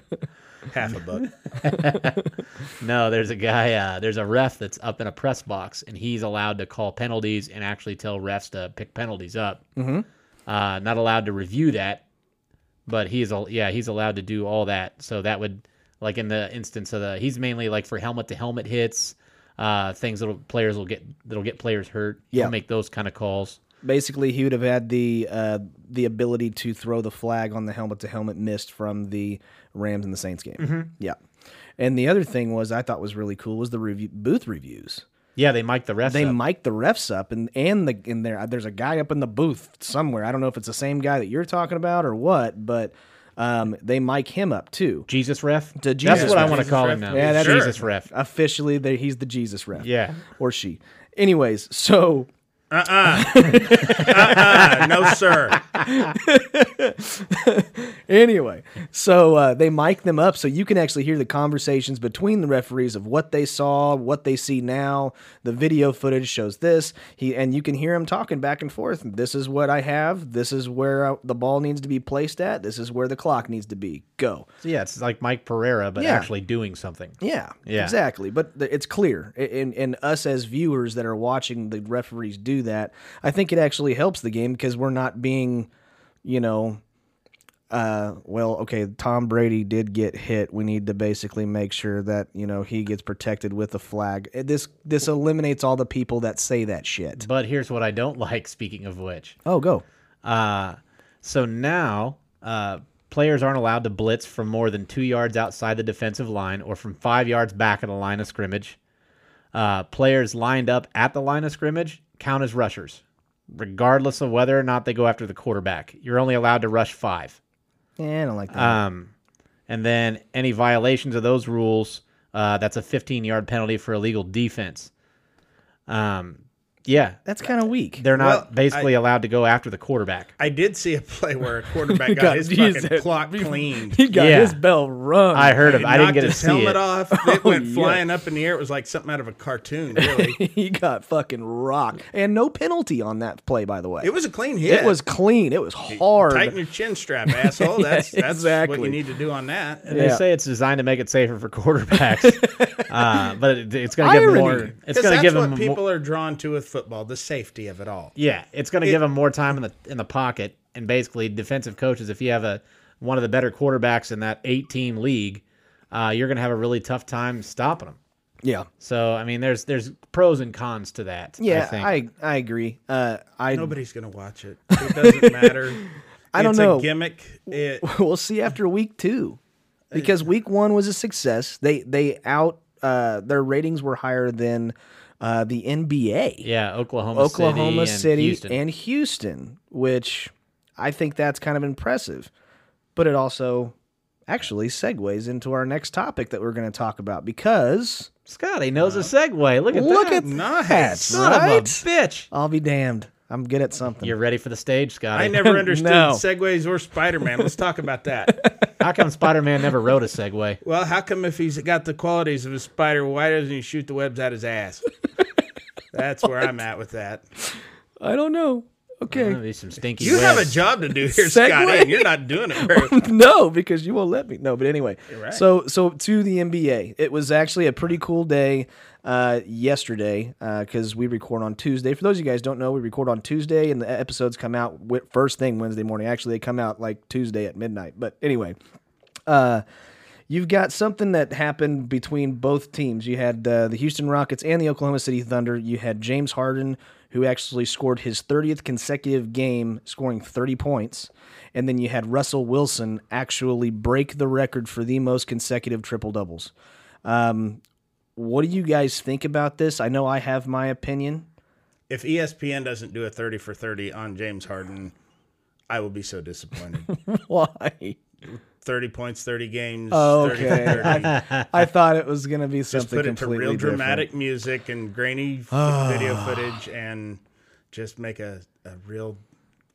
Speaker 2: Half a book.
Speaker 3: No, there's a guy. Uh, there's a ref that's up in a press box, and he's allowed to call penalties and actually tell refs to pick penalties up. Mm-hmm. Uh, not allowed to review that, but he's al- yeah he's allowed to do all that. So that would like in the instance of the he's mainly like for helmet to helmet hits, uh, things that'll players will get that'll get players hurt.
Speaker 1: Yeah.
Speaker 3: He'll make those kind of calls.
Speaker 1: Basically, he would have had the uh, the ability to throw the flag on the helmet to helmet missed from the Rams and the Saints game. Yeah. And the other thing was I thought was really cool was the review, booth reviews.
Speaker 3: Yeah, they mic the refs.
Speaker 1: They
Speaker 3: up.
Speaker 1: mic the refs up and and the in there uh, there's a guy up in the booth somewhere. I don't know if it's the same guy that you're talking about or what, but um, they mic him up too.
Speaker 3: Jesus ref.
Speaker 1: The
Speaker 3: that's
Speaker 1: Jesus
Speaker 3: what I
Speaker 1: ref.
Speaker 3: want to
Speaker 2: Jesus
Speaker 3: call
Speaker 2: ref.
Speaker 3: him now.
Speaker 1: Yeah, that's- Sure.
Speaker 3: Jesus ref.
Speaker 1: Officially, they, he's the Jesus ref.
Speaker 3: Yeah.
Speaker 1: Or she. Anyways, so
Speaker 2: Uh, no, sir.
Speaker 1: Anyway, so uh, they mic them up so you can actually hear the conversations between the referees of what they saw, what they see now. The video footage shows this, he and you can hear him talking back and forth. This is what I have. This is where uh the ball needs to be placed at. This is where the clock needs to be. Go.
Speaker 3: So yeah, it's like Mike Pereira, but
Speaker 1: Yeah.
Speaker 3: actually doing something.
Speaker 1: Yeah,
Speaker 3: Yeah.
Speaker 1: exactly. But th- it's clear, A- and and us as viewers that are watching the referees do that, I think it actually helps the game because we're not being, you know, uh, well, okay, Tom Brady did get hit. We need to basically make sure that you know he gets protected with a flag. Uh, This this eliminates all the people that say that shit.
Speaker 3: But here's what I don't like. Speaking of which,
Speaker 1: Oh, go.
Speaker 3: uh, so now uh, players aren't allowed to blitz from more than two yards outside the defensive line or from five yards back of the line of scrimmage. Uh, players lined up at the line of scrimmage count as rushers, regardless of whether or not they go after the quarterback. You're only allowed to rush five.
Speaker 1: Yeah, I don't like that.
Speaker 3: Um, and then any violations of those rules, uh, that's a 15 yard penalty for illegal defense. Um, yeah,
Speaker 1: That's kind of weak.
Speaker 3: they're not
Speaker 2: Well,
Speaker 3: basically allowed to go after the quarterback.
Speaker 2: I did see a play where a quarterback got,
Speaker 1: got-
Speaker 2: his
Speaker 1: Jesus.
Speaker 2: fucking clock cleaned.
Speaker 1: He got
Speaker 3: Yeah.
Speaker 1: his bell rung.
Speaker 3: I heard of.
Speaker 2: He
Speaker 3: I didn't
Speaker 2: knocked
Speaker 3: get to
Speaker 2: his
Speaker 3: see
Speaker 2: helmet
Speaker 3: it. Oh,
Speaker 2: off. It went
Speaker 1: yeah.
Speaker 2: flying up in the air. It was like something out of a cartoon. Really,
Speaker 1: he got fucking rocked, and no penalty on that play, by the way.
Speaker 2: it was a clean hit.
Speaker 1: It was clean. It was hard.
Speaker 2: Tighten your chin strap, asshole. That's that's what
Speaker 1: exactly.
Speaker 2: you need to do on that.
Speaker 3: They
Speaker 1: Yeah.
Speaker 3: say it's designed to make it safer for quarterbacks, uh, but it, it's going to give 'em
Speaker 1: Irony.
Speaker 3: more. It's
Speaker 2: Because
Speaker 3: going
Speaker 2: that's
Speaker 3: to give
Speaker 2: what
Speaker 3: them.
Speaker 2: people are drawn to with football: the safety of it all.
Speaker 3: yeah, it's going to give them more time in the in the pocket, and basically, defensive coaches, if you have a one of the better quarterbacks in that eight team league, uh, you're going to have a really tough time stopping them.
Speaker 1: yeah.
Speaker 3: So I mean, there's there's pros and cons to that.
Speaker 1: Yeah,
Speaker 3: I think.
Speaker 1: I, I agree. Uh, I
Speaker 2: Nobody's gonna watch it. It doesn't matter.
Speaker 1: I don't
Speaker 2: it's
Speaker 1: know.
Speaker 2: A gimmick. It,
Speaker 1: we'll see after week two, because week one was a success. They they out uh, their ratings were higher than uh, the NBA,
Speaker 3: yeah, Oklahoma,
Speaker 1: Oklahoma
Speaker 3: City,
Speaker 1: City,
Speaker 3: and Houston.
Speaker 1: and Houston, which I think that's kind of impressive. But it also actually segues into our next topic that we're going to talk about because
Speaker 3: Scotty knows a segue. Look at
Speaker 1: look
Speaker 3: that.
Speaker 1: at
Speaker 2: nice.
Speaker 1: that,
Speaker 3: Son of a
Speaker 1: right?
Speaker 3: bitch.
Speaker 1: I'll be damned. I'm good at something.
Speaker 3: You're ready for the stage, Scotty.
Speaker 2: I never understood
Speaker 1: No.
Speaker 2: segways or Spider Man. Let's talk about that.
Speaker 3: How come Spider Man never wrote a segue?
Speaker 2: Well, how come if he's got the qualities of a spider, why doesn't he shoot the webs out his ass? That's where I'm at with that.
Speaker 1: I don't know. Okay.
Speaker 3: Maybe some stinky.
Speaker 2: You have a
Speaker 3: whiffs.
Speaker 2: job to do here,
Speaker 1: Segue.
Speaker 2: Scotty, and you're not doing it very well.
Speaker 1: no, because you won't let me. No, but anyway.
Speaker 2: right.
Speaker 1: So so to the NBA, it was actually a pretty cool day uh, yesterday because we record on Tuesday. For those of you guys who don't know, we record on Tuesday, and the episodes come out wi- first thing Wednesday morning. Actually, they come out like Tuesday at midnight. But anyway. Uh, You've got something that happened between both teams. You had uh, the Houston Rockets and the Oklahoma City Thunder. You had James Harden, who actually scored his 30th consecutive game, scoring 30 points. And then you had Russell Wilson actually break the record for the most consecutive triple doubles. Um, what do you guys think about this? I know I have my opinion.
Speaker 2: If E ESPN doesn't do a 30 for 30 on James Harden, I will be so disappointed.
Speaker 1: Why?
Speaker 2: 30 points, 30 games,
Speaker 1: Oh,
Speaker 2: 30
Speaker 1: okay.
Speaker 2: for 30.
Speaker 1: I, I thought it was going to be
Speaker 2: just
Speaker 1: something
Speaker 2: put it to
Speaker 1: completely
Speaker 2: real
Speaker 1: different. Ah.
Speaker 2: dramatic music and grainy f- video footage and just make a, a real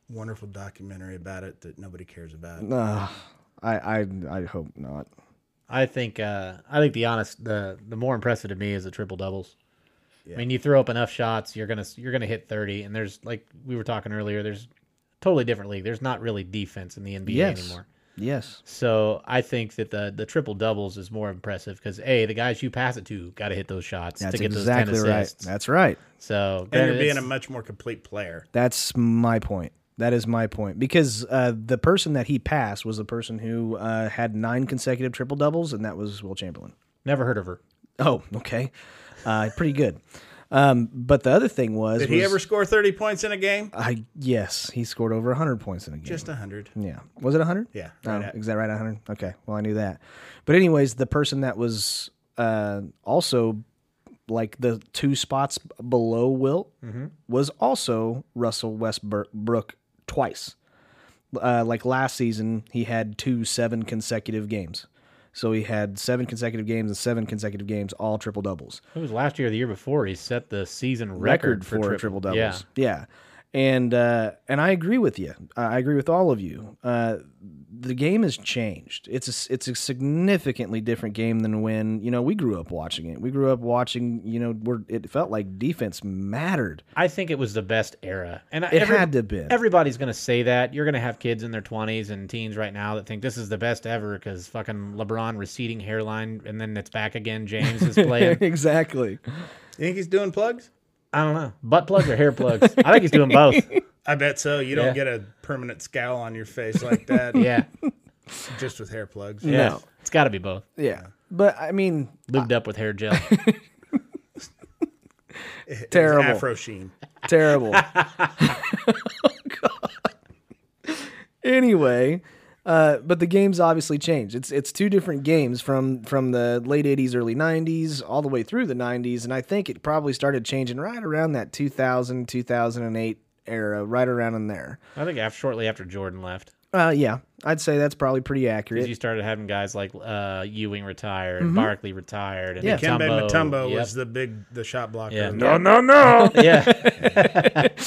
Speaker 2: wonderful documentary about it that nobody cares about.
Speaker 1: Ugh, I, I I hope not.
Speaker 3: I think uh, I think the honest the the more impressive to me is the triple doubles. I mean, you throw up enough shots, you're gonna you're gonna hit thirty, and there's like we were talking earlier, there's totally different league. There's not really defense in the NBA
Speaker 1: Yes.
Speaker 3: anymore.
Speaker 1: Yes.
Speaker 3: So I think that the the triple doubles is more impressive because a the guys you pass it to got to hit those shots
Speaker 1: That's
Speaker 3: to get
Speaker 1: exactly
Speaker 3: those ten
Speaker 1: right.
Speaker 3: assists.
Speaker 1: That's right.
Speaker 3: So
Speaker 2: and
Speaker 3: granted,
Speaker 2: you're being a
Speaker 3: it's-
Speaker 2: much more complete player.
Speaker 1: That's my point. That is my point because uh, the person that he passed was the person who uh, had nine consecutive triple doubles, and that was Will Chamberlain.
Speaker 3: never heard of her.
Speaker 1: Oh, okay, uh, pretty good. Um, but the other thing was,
Speaker 2: Did
Speaker 1: was Uh,
Speaker 2: he ever score 30 points in a game?
Speaker 1: I yes, he scored over hundred points in a game.
Speaker 2: Just 100.
Speaker 1: Yeah. Was it 100?
Speaker 2: Yeah,
Speaker 1: Oh,
Speaker 2: right at-
Speaker 1: is that right? 100? Okay. Well, I knew that. But, anyways, the person that was uh, also like the two spots below Wilt
Speaker 2: Mm-hmm.
Speaker 1: was also Russell Westbrook twice. Uh, like last season, he had two seven consecutive games. So he had seven consecutive games and seven consecutive games, all triple doubles
Speaker 3: It was last year or the year before he set the season record,
Speaker 1: record for, triple, doubles.
Speaker 3: Yeah.
Speaker 1: Yeah. And uh, and I agree with you. I I agree with all of you. Uh, the game has changed. It's a, s- it's a significantly different game than when you know we grew up watching it. We grew up watching you know where it felt like defense mattered.
Speaker 3: I think it was the best era, and I-
Speaker 1: It
Speaker 3: every-
Speaker 1: had to have been.
Speaker 3: Everybody's going to say that. You're going to have kids in their 20s and teens right now that think this is the best ever because fucking LeBron receding hairline and then it's back again. James is playing.
Speaker 1: exactly.
Speaker 2: You think he's doing plugs?
Speaker 3: I don't know. Butt plugs or hair plugs? I think he's doing both.
Speaker 2: I bet so. You
Speaker 3: Yeah.
Speaker 2: don't get a permanent scowl on your face like that
Speaker 3: Yeah.
Speaker 2: just with hair plugs.
Speaker 3: yeah.
Speaker 1: No.
Speaker 3: It's got to be both.
Speaker 1: Yeah. But I mean,
Speaker 3: Lubed up with hair gel.
Speaker 1: terrible.
Speaker 2: Afro sheen.
Speaker 1: Terrible. oh, God. Anyway, uh, but the game's obviously changed. It's it's two different games from from the late '80s, early '90s, all the way through the '90s, and I think it probably started changing right around that 2000 2008 era, right around in there.
Speaker 3: I think after, shortly after Jordan left,
Speaker 1: Uh, yeah, I'd say that's probably pretty accurate.
Speaker 3: you started having guys like uh, Ewing retire and Barkley retired. And
Speaker 1: Mm-hmm. Yeah.
Speaker 2: Kembe
Speaker 3: Mutombo.
Speaker 2: Mutombo
Speaker 3: Yep.
Speaker 2: was the big, the shot blocker.
Speaker 3: Yeah.
Speaker 2: No,
Speaker 4: no, no.
Speaker 3: yeah.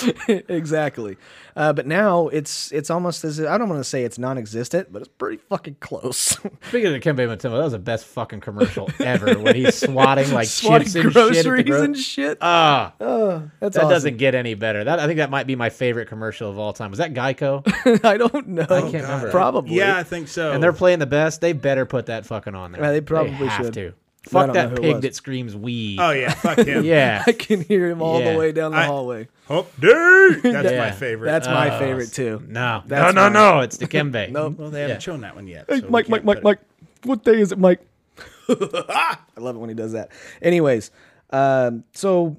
Speaker 1: exactly. Uh, but now it's it's almost as if, I don't want to say it's non-existent, but it's pretty fucking close.
Speaker 3: Speaking of Kembe Mutombo, that was the best fucking commercial ever when he's swatting like chips
Speaker 1: Swatting
Speaker 3: and shit. At the
Speaker 1: groceries
Speaker 3: gro-
Speaker 1: and shit.
Speaker 3: Ah.
Speaker 1: that's
Speaker 3: That
Speaker 1: awesome.
Speaker 3: doesn't get any better. That I think that might be my favorite commercial of all time. Was that Geico?
Speaker 1: I don't know. I
Speaker 3: can't remember.
Speaker 1: Probably.
Speaker 2: Yeah, I think so.
Speaker 3: and they're playing the best. They better put that fucking on there.
Speaker 1: Yeah, they probably
Speaker 3: have
Speaker 1: should.
Speaker 3: to.
Speaker 1: But I don't
Speaker 3: Fuck
Speaker 1: know who
Speaker 3: that
Speaker 1: it
Speaker 3: pig
Speaker 1: was.
Speaker 3: that screams wee.
Speaker 2: Oh yeah, fuck him.
Speaker 3: yeah.
Speaker 1: I can hear him all
Speaker 3: Yeah.
Speaker 1: the way down the
Speaker 2: I-
Speaker 1: hallway.
Speaker 2: Hump day. That's my
Speaker 3: Yeah.
Speaker 2: favorite.
Speaker 1: That's my
Speaker 3: uh,
Speaker 1: favorite too.
Speaker 3: No.
Speaker 1: That's
Speaker 3: no,
Speaker 1: mine.
Speaker 3: no, no. It's the Kembe.
Speaker 2: well, they haven't shown that one yet. so we
Speaker 1: Mike, Mike, Mike,
Speaker 2: can't put it-
Speaker 1: Mike. What day is it, Mike? I love it when he does that. Anyways, um, so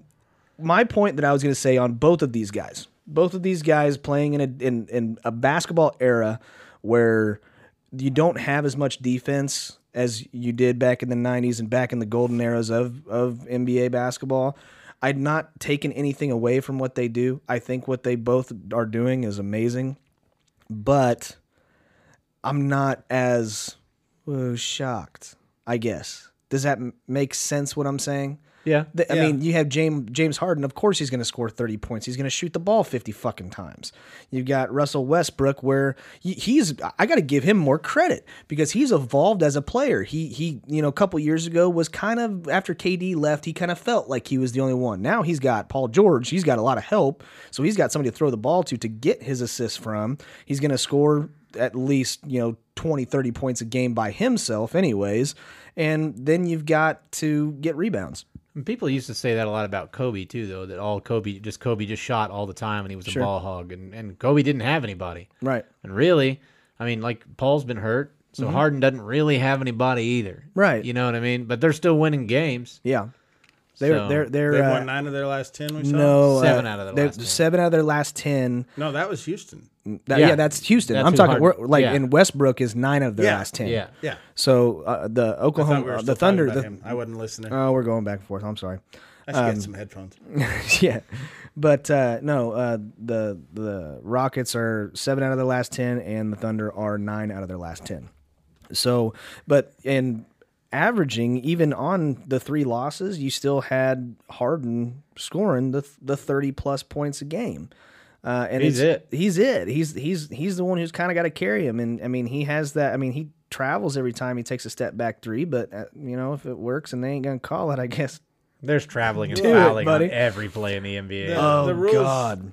Speaker 1: my point that I was going to say on both of these guys, both of these guys playing in a in, in a basketball era where you don't have as much defense as you did back in the 90s and back in the golden eras of of NBA basketball. I'd not taken anything away from what they do. I think what they both are doing is amazing, but I'm not as whoa, shocked, I guess, Does that m- make sense? What I'm saying?
Speaker 3: Yeah.
Speaker 1: The- I
Speaker 2: Yeah.
Speaker 1: mean, you have James James Harden. Of course, he's going to score thirty points. He's going to shoot the ball fifty fucking times. You've got Russell Westbrook, where he- he's I got to give him more credit because he's evolved as a player. He he you know a couple years ago was kind of after KD left, he kind of felt like he was the only one. Now he's got Paul George. He's got a lot of help, so he's got somebody to throw the ball to to get his assists from. He's going to score at least you know 20 30 points a game by himself anyways and then you've got to get rebounds
Speaker 3: And People used to say that a lot about Kobe too, though. That all Kobe just Kobe just shot all the time, and he was a ball hog, and and Kobe didn't have anybody.
Speaker 1: right
Speaker 3: And really, I mean, like Paul's been hurt, so Harden doesn't really have anybody either.
Speaker 1: Mm-hmm. Right.
Speaker 3: You know what I mean? But they're still winning games.
Speaker 1: Yeah, they're
Speaker 3: So-
Speaker 1: they're they're
Speaker 2: They've
Speaker 1: uh,
Speaker 2: won nine of their last ten. We saw.
Speaker 1: no uh,
Speaker 3: Seven out of their
Speaker 1: they're-
Speaker 3: last 10.
Speaker 1: seven out of their last ten.
Speaker 2: no, that was Houston.
Speaker 1: That- yeah.
Speaker 3: Yeah.
Speaker 1: that's Houston.
Speaker 3: That's
Speaker 1: I'm
Speaker 3: who
Speaker 1: talking
Speaker 3: Harden-
Speaker 1: we're, like
Speaker 3: yeah.
Speaker 1: in Westbrook is nine of their
Speaker 2: Yeah.
Speaker 1: last ten.
Speaker 3: Yeah.
Speaker 2: Yeah,
Speaker 1: So uh, the
Speaker 2: I
Speaker 1: Oklahoma,
Speaker 2: thought we were
Speaker 1: uh,
Speaker 2: still
Speaker 1: the
Speaker 2: talking
Speaker 1: Thunder,
Speaker 2: about
Speaker 1: the,
Speaker 2: him. I wasn't listening.
Speaker 1: oh, we're going back and forth. I'm sorry.
Speaker 2: I should get some headphones.
Speaker 1: yeah, but uh, no, uh, the the Rockets are seven out of their last ten, and the Thunder are nine out of their last ten. So, but in averaging, even on the three losses, you still had Harden scoring the the thirty plus points a game. Uh, and
Speaker 3: He's
Speaker 1: it's-
Speaker 3: it.
Speaker 1: He's it. He's he's he's the one who's kind of got to carry him. And I mean, he has that. I mean, he travels every time he takes a step back three. But uh, you know, if it works and they ain't gonna call it, I guess.
Speaker 3: There's traveling and
Speaker 1: Do it,
Speaker 3: fouling on
Speaker 1: buddy.
Speaker 3: every play in the NBA.
Speaker 2: Oh, The rules-
Speaker 1: God.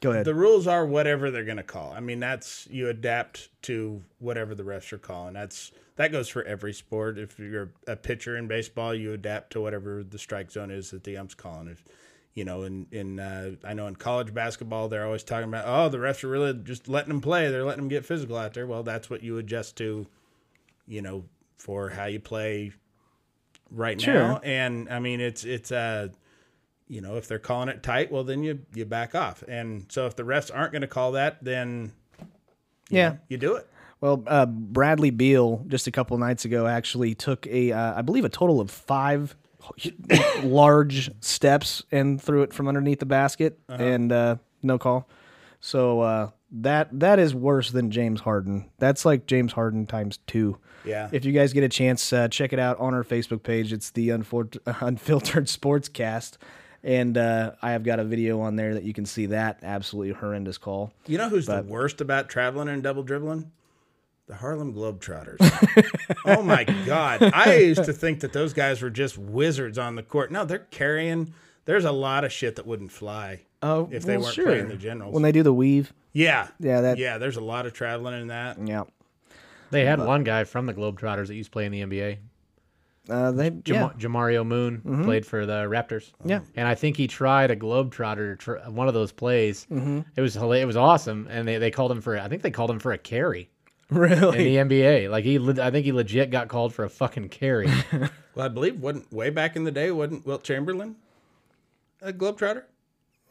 Speaker 1: Go ahead.
Speaker 2: The rules are whatever they're going to call. I mean, that's you adapt to whatever the refs are calling. That's that goes for every sport. If you're a pitcher in baseball, you adapt to whatever the strike zone is that the ump's calling. If you know, in in uh, I know in college basketball, they're always talking about oh, the refs are really just letting them play. They're letting them get physical out there. Well, that's what you adjust to, you know, for how you play right now. And I mean, it's it's uh you know, if they're calling it tight, well then you you back off. And so if the refs aren't going to call that, then
Speaker 1: yeah.
Speaker 2: you do it.
Speaker 1: Well, uh, Bradley Beal just a couple nights ago actually took a, uh, I believe, a total of five large steps and threw it from underneath the basket,
Speaker 2: Uh-huh.
Speaker 1: and uh, no call. So uh, that that is worse than James Harden. That's like James Harden times two.
Speaker 2: Yeah.
Speaker 1: If you guys get a chance, uh, check it out on our Facebook page. It's the Unfor- Unfiltered Sportscast, and uh, I have got a video on there that you can see that absolutely horrendous call.
Speaker 2: You know who's the worst about traveling and double dribbling? The Harlem Globetrotters. oh my God. I used to think that those guys were just wizards on the court. No, they're carrying, there's a lot of shit that wouldn't fly
Speaker 1: Oh,
Speaker 2: if they
Speaker 1: well,
Speaker 2: weren't
Speaker 1: sure.
Speaker 2: playing the Generals.
Speaker 1: When they do the weave,
Speaker 2: yeah.
Speaker 1: Yeah, that-
Speaker 2: yeah, there's a lot of traveling in that.
Speaker 1: yeah.
Speaker 3: They had one guy from the Globetrotters that used to play in the NBA.
Speaker 1: Uh, they yeah. Mm-hmm.
Speaker 3: Jam- Jamario Moon played for the Raptors.
Speaker 1: Yeah.
Speaker 3: and I think he tried a globetrotter tr- one of those plays.
Speaker 1: Mm-hmm.
Speaker 3: It was hila- it was awesome, and they, they called him for I think they called him for a carry in
Speaker 1: really.
Speaker 3: the NBA. Like he, le- I think he legit got called for a fucking carry.
Speaker 2: Well, I believe wasn't way back in the day, wasn't Wilt Chamberlain a Globetrotter?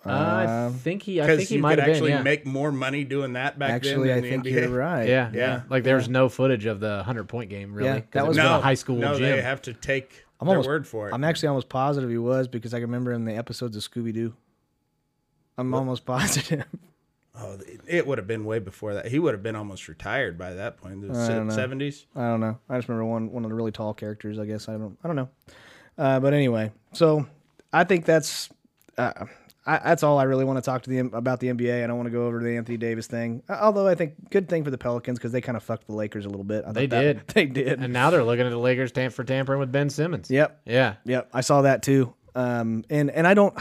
Speaker 3: Uh, I
Speaker 1: Um,
Speaker 3: think he, I think
Speaker 2: Because
Speaker 3: he
Speaker 2: you
Speaker 3: might
Speaker 2: could
Speaker 3: have been.
Speaker 2: actually
Speaker 3: yeah.
Speaker 2: make more money doing that back
Speaker 1: Actually, I
Speaker 2: then. than
Speaker 1: think
Speaker 2: the
Speaker 1: you're
Speaker 2: NBA.
Speaker 1: right.
Speaker 3: yeah, yeah,
Speaker 2: Yeah.
Speaker 3: Like there's no footage of the hundred point game really.
Speaker 1: Yeah,
Speaker 3: 'cause
Speaker 1: that
Speaker 3: it
Speaker 1: was-
Speaker 3: in
Speaker 2: No,
Speaker 3: a high school
Speaker 2: no,
Speaker 3: gym.
Speaker 2: they have to take
Speaker 1: almost-
Speaker 2: their word for it.
Speaker 1: I'm actually almost positive he was because I can remember in the episodes of Scooby Doo. I'm almost positive.
Speaker 2: Oh, it- it would have been way before that. He would have been almost retired by that point. The
Speaker 1: don't know.
Speaker 2: seventies.
Speaker 1: I don't know. I just remember one one of the really tall characters. I guess I don't. I don't know. Uh, but anyway, so I think that's uh, I, that's all I really want to talk to the about the NBA. I don't want to go over the Anthony Davis thing. Although I think good thing for the Pelicans because they kind of fucked the Lakers a little bit. I
Speaker 3: They
Speaker 1: thought that-
Speaker 3: did.
Speaker 1: They did.
Speaker 3: and now they're looking at the Lakers tam- for tampering with Ben Simmons.
Speaker 1: yep.
Speaker 3: yeah.
Speaker 1: Yep, I saw that too. Um, and and I don't,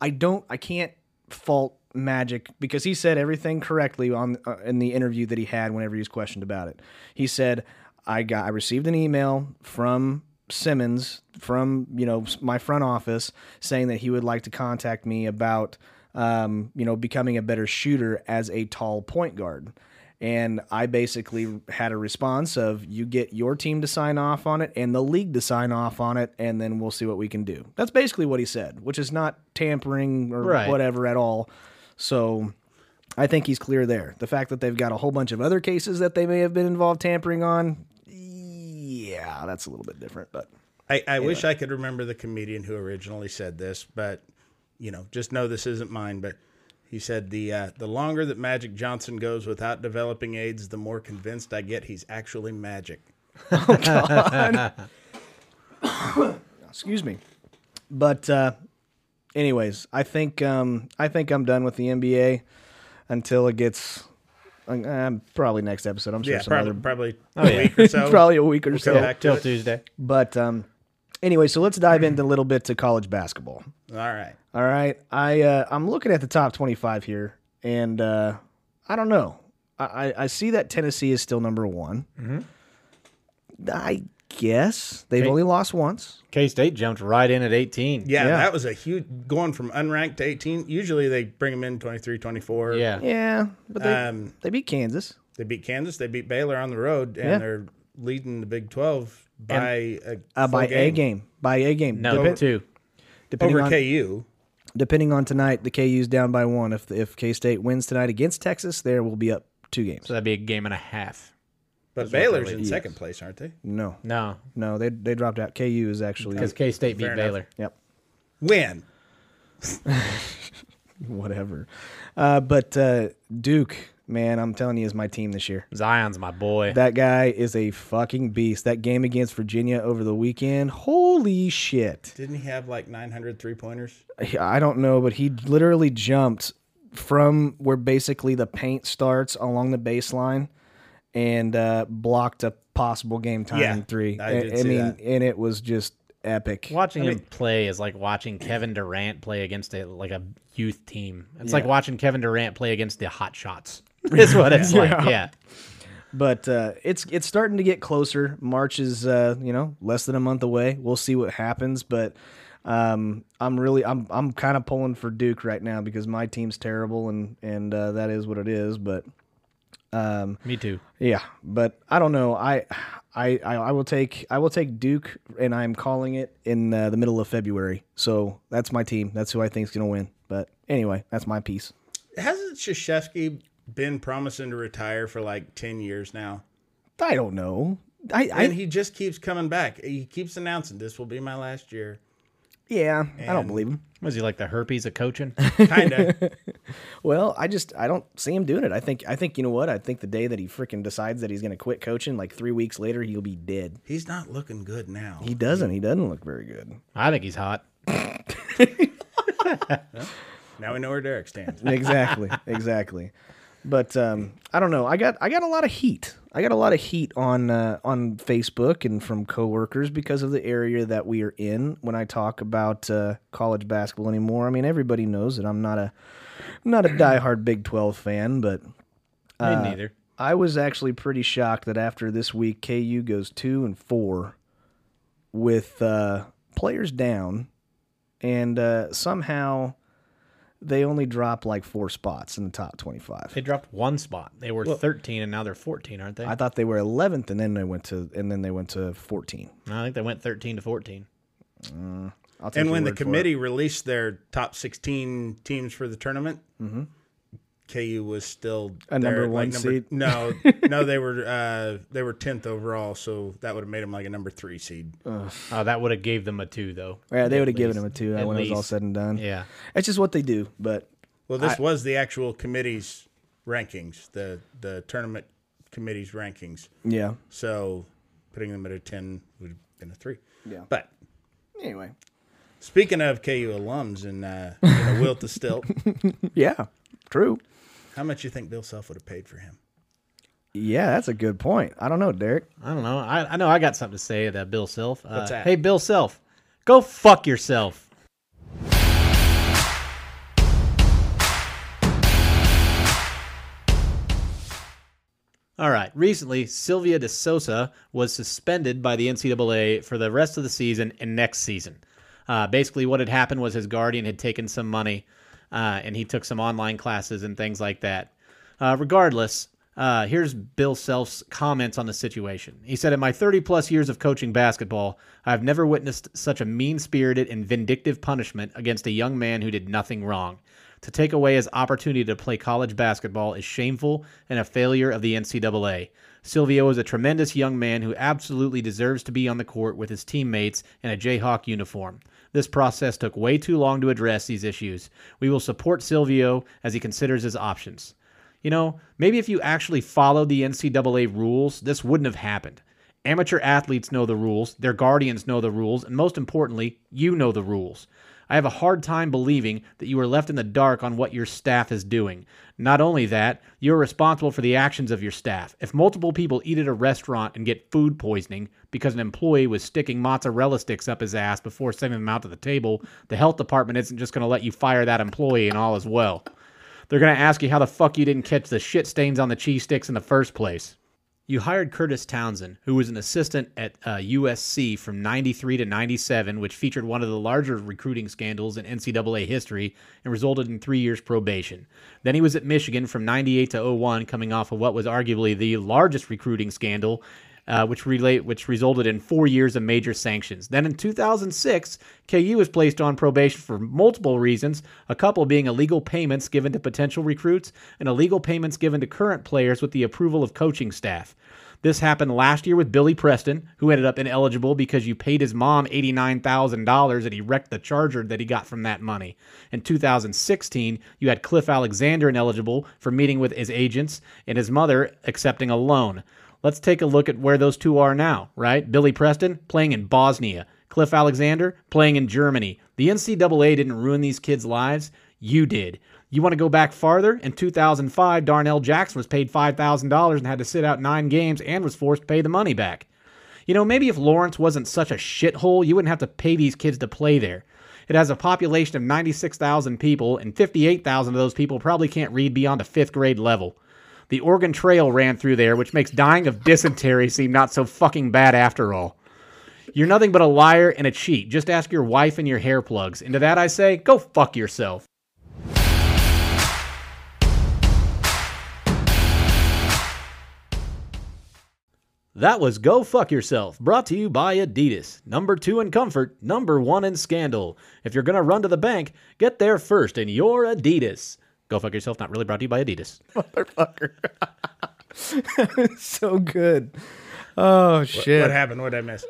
Speaker 1: I don't, I can't fault Magic because he said everything correctly on uh, in the interview that he had whenever he was questioned about it. He said, "I got, I received an email from." Simmons from you know my front office saying that he would like to contact me about um, you know becoming a better shooter as a tall point guard and I basically had a response of you get your team to sign off on it and the league to sign off on it, and then we'll see what we can do. That's basically what he said, which is not tampering or
Speaker 3: Right.
Speaker 1: whatever at all. So I think he's clear there. The fact that they've got a whole bunch of other cases that they may have been involved tampering on, yeah, that's a little bit different. But
Speaker 2: I, I wish I could remember the comedian who originally said this, but you know, just know this isn't mine. But he said the uh, the longer that Magic Johnson goes without developing AIDS, the more convinced I get he's actually Magic.
Speaker 1: Excuse me. But uh, anyways, I think um, I think I'm done with the NBA until it gets uh, probably next episode. I'm sure
Speaker 2: Yeah,
Speaker 1: some
Speaker 2: probably,
Speaker 1: other Oh,
Speaker 2: probably a week or so.
Speaker 1: probably a week or
Speaker 2: We'll
Speaker 1: so.
Speaker 2: come back to
Speaker 3: Till
Speaker 2: it.
Speaker 3: Tuesday.
Speaker 1: But um, anyway, so let's dive into a little bit to college basketball.
Speaker 2: All right.
Speaker 1: All right, I uh, I'm looking at the top 25 here, and uh, I don't know. I, I- I see that Tennessee is still number one.
Speaker 2: Mm-hmm.
Speaker 1: I guess they've only lost once.
Speaker 3: K State jumped right in at 18.
Speaker 2: Yeah,
Speaker 1: Yeah.
Speaker 2: that was a huge going from unranked to 18. Usually they bring them in 23, 24.
Speaker 3: Yeah.
Speaker 1: Yeah, but they
Speaker 2: Um,
Speaker 1: they beat Kansas.
Speaker 2: They beat Kansas. They beat Baylor on the road, and
Speaker 1: Yeah.
Speaker 2: they're leading the Big 12 by a
Speaker 1: Uh,
Speaker 2: full
Speaker 1: by a
Speaker 2: game,
Speaker 1: game, by a game.
Speaker 3: No,
Speaker 1: Depen-
Speaker 3: two.
Speaker 1: depending
Speaker 2: over
Speaker 1: on
Speaker 2: KU.
Speaker 1: depending on tonight, the KU's down by one. If if K State wins tonight against Texas, there will be up two games.
Speaker 3: So that'd be a game and a half.
Speaker 2: But Baylor's in second place, aren't they?
Speaker 1: No,
Speaker 3: No,
Speaker 1: no, they they dropped out. KU is actually
Speaker 3: because K State beat Baylor.
Speaker 1: yep.
Speaker 2: Win.
Speaker 1: whatever. Uh, but uh, Duke, man, I'm telling you, is my team this year.
Speaker 3: Zion's my boy.
Speaker 1: That guy is a fucking beast. That game against Virginia over the weekend, holy shit!
Speaker 2: Didn't he have like 900 three pointers?
Speaker 1: I don't know, but he literally jumped from where basically the paint starts along the baseline and uh, blocked a possible game time
Speaker 2: Yeah,
Speaker 1: three.
Speaker 2: I did see
Speaker 1: mean,
Speaker 2: that.
Speaker 1: and it was just epic.
Speaker 3: watching him play is like watching Kevin Durant play against a like a youth team. It's like watching Kevin Durant play against the hot shots. Is what it's like. Yeah.
Speaker 1: But uh, it's it's starting to get closer. March is uh, you know less than a month away. We'll see what happens, but um, I'm really I'm I'm kind of pulling for Duke right now because my team's terrible and and uh, that is what it is. But
Speaker 3: Me too.
Speaker 1: yeah, but I don't know. I I I, I will take I will take Duke, and I'm calling it in uh, the middle of February. So that's my team. That's who I think's gonna win. But anyway, that's my piece.
Speaker 2: Hasn't Shashevsky been promising to retire for like 10 years now?
Speaker 1: I don't know. I, I
Speaker 2: And he just keeps coming back. He keeps announcing this will be my last year.
Speaker 1: yeah, I don't believe him.
Speaker 3: Was he like the herpes of coaching?
Speaker 2: Kind of.
Speaker 1: Well, I just I don't see him doing it. I think I think you know what? I think the day that he freaking decides that he's going to quit coaching, like three weeks later, he'll be dead.
Speaker 2: He's not looking good now.
Speaker 1: He doesn't. He doesn't look very good.
Speaker 3: I think he's hot.
Speaker 2: Now we know where Derek stands.
Speaker 1: Exactly. exactly. But um, I don't know. I got I got a lot of heat. I got a lot of heat on uh, on Facebook and from coworkers because of the area that we are in. When I talk about uh, college basketball anymore, I mean everybody knows that I'm not a I'm not a diehard Big Twelve fan, but
Speaker 2: Uh,
Speaker 3: Me neither.
Speaker 1: I was actually pretty shocked that after this week, KU goes two and four with uh, players down, and uh, somehow they only drop like four spots in the top twenty-five.
Speaker 3: They dropped one spot. They were 13 and now they're 14, aren't they?
Speaker 1: I
Speaker 3: I,
Speaker 1: thought they were eleventh, and then they went to and then they went to fourteen. Uh,
Speaker 3: think they went 13 to 14.
Speaker 1: I'll take
Speaker 2: And
Speaker 1: your
Speaker 2: when the
Speaker 1: word for it.
Speaker 2: committee released their top 16 teams for the tournament, KU was still
Speaker 1: Mm-hmm. A
Speaker 2: there,
Speaker 1: number one
Speaker 2: like
Speaker 1: seed.
Speaker 2: No, no, they were uh, they were tenth overall, so that would have made them like a number three seed.
Speaker 1: Uh,
Speaker 3: Oh, that would have gave them a two though.
Speaker 1: yeah, they would have given him a two
Speaker 3: At
Speaker 1: when it was all
Speaker 3: least.
Speaker 1: said and done.
Speaker 3: Yeah.
Speaker 1: that's just what they do. But
Speaker 2: Well, this was the actual committee's rankings, the the tournament committee's rankings.
Speaker 1: yeah.
Speaker 2: So putting them at a ten would have been a three.
Speaker 1: Yeah.
Speaker 2: But
Speaker 1: Anyway.
Speaker 2: speaking of KU alums and uh, you know, Wilt the Stilt,
Speaker 1: Yeah. True.
Speaker 2: how much you think Bill Self would have paid for him?
Speaker 1: Yeah, that's a good point. I don't know, Derek.
Speaker 3: I don't know. I, I know I got something to say to that Bill Self. Uh,
Speaker 2: What's that?
Speaker 3: Hey, Bill Self, go fuck yourself. All right. Recently, Sylvia De Sosa was suspended by the NCAA for the rest of the season and next season. Uh, basically, what had happened was his guardian had taken some money, uh, and he took some online classes and things like that. Uh, regardless, uh, here's Bill Self's comments on the situation. He said, In my 30 plus years of coaching basketball, I've never witnessed such a mean spirited and vindictive punishment against a young man who did nothing wrong. To take away his opportunity to play college basketball is shameful and a failure of the NCAA. Silvio is a tremendous young man who absolutely deserves to be on the court with his teammates in a Jayhawk uniform. This process took way too long to address these issues. We will support Silvio as he considers his options. You know, maybe if you actually followed the NCAA rules, this wouldn't have happened. Amateur athletes know the rules, their guardians know the rules, and most importantly, you know the rules. I have a hard time believing that you are left in the dark on what your staff is doing. Not only that, you are responsible for the actions of your staff. If multiple people eat at a restaurant and get food poisoning because an employee was sticking mozzarella sticks up his ass before sending them out to the table, the health department isn't just going to let you fire that employee and all is well. They're going to ask you how the fuck you didn't catch the shit stains on the cheese sticks in the first place. You hired Curtis Townsend, who was an assistant at uh, USC from 93 to 97, which featured one of the larger recruiting scandals in NCAA history and resulted in three years probation. Then he was at Michigan from 98 to 01, coming off of what was arguably the largest recruiting scandal uh, which relate which resulted in four years of major sanctions. Then in 2006, KU was placed on probation for multiple reasons, a couple being illegal payments given to potential recruits and illegal payments given to current players with the approval of coaching staff. This happened last year with Billy Preston, who ended up ineligible because you paid his mom $89,000 and he wrecked the charger that he got from that money. In 2016, you had Cliff Alexander ineligible for meeting with his agents and his mother accepting a loan. Let's take a look at where those two are now, right? Billy Preston playing in Bosnia, Cliff Alexander playing in Germany. The NCAA didn't ruin these kids' lives, you did. You want to go back farther? In 2005, Darnell Jackson was paid $5,000 and had to sit out nine games and was forced to pay the money back. You know, maybe if Lawrence wasn't such a shithole, you wouldn't have to pay these kids to play there. It has a population of 96,000 people, and 58,000 of those people probably can't read beyond a fifth grade level. The Oregon Trail ran through there, which makes dying of dysentery seem not so fucking bad after all. You're nothing but a liar and a cheat. Just ask your wife and your hair plugs. And to that I say, go fuck yourself. That was Go Fuck Yourself, brought to you by Adidas. Number two in comfort, number one in scandal. If you're gonna run to the bank, get there first in your Adidas. Go Fuck Yourself, not really brought to you by Adidas.
Speaker 1: so good. Oh shit.
Speaker 2: What happened? What did I miss?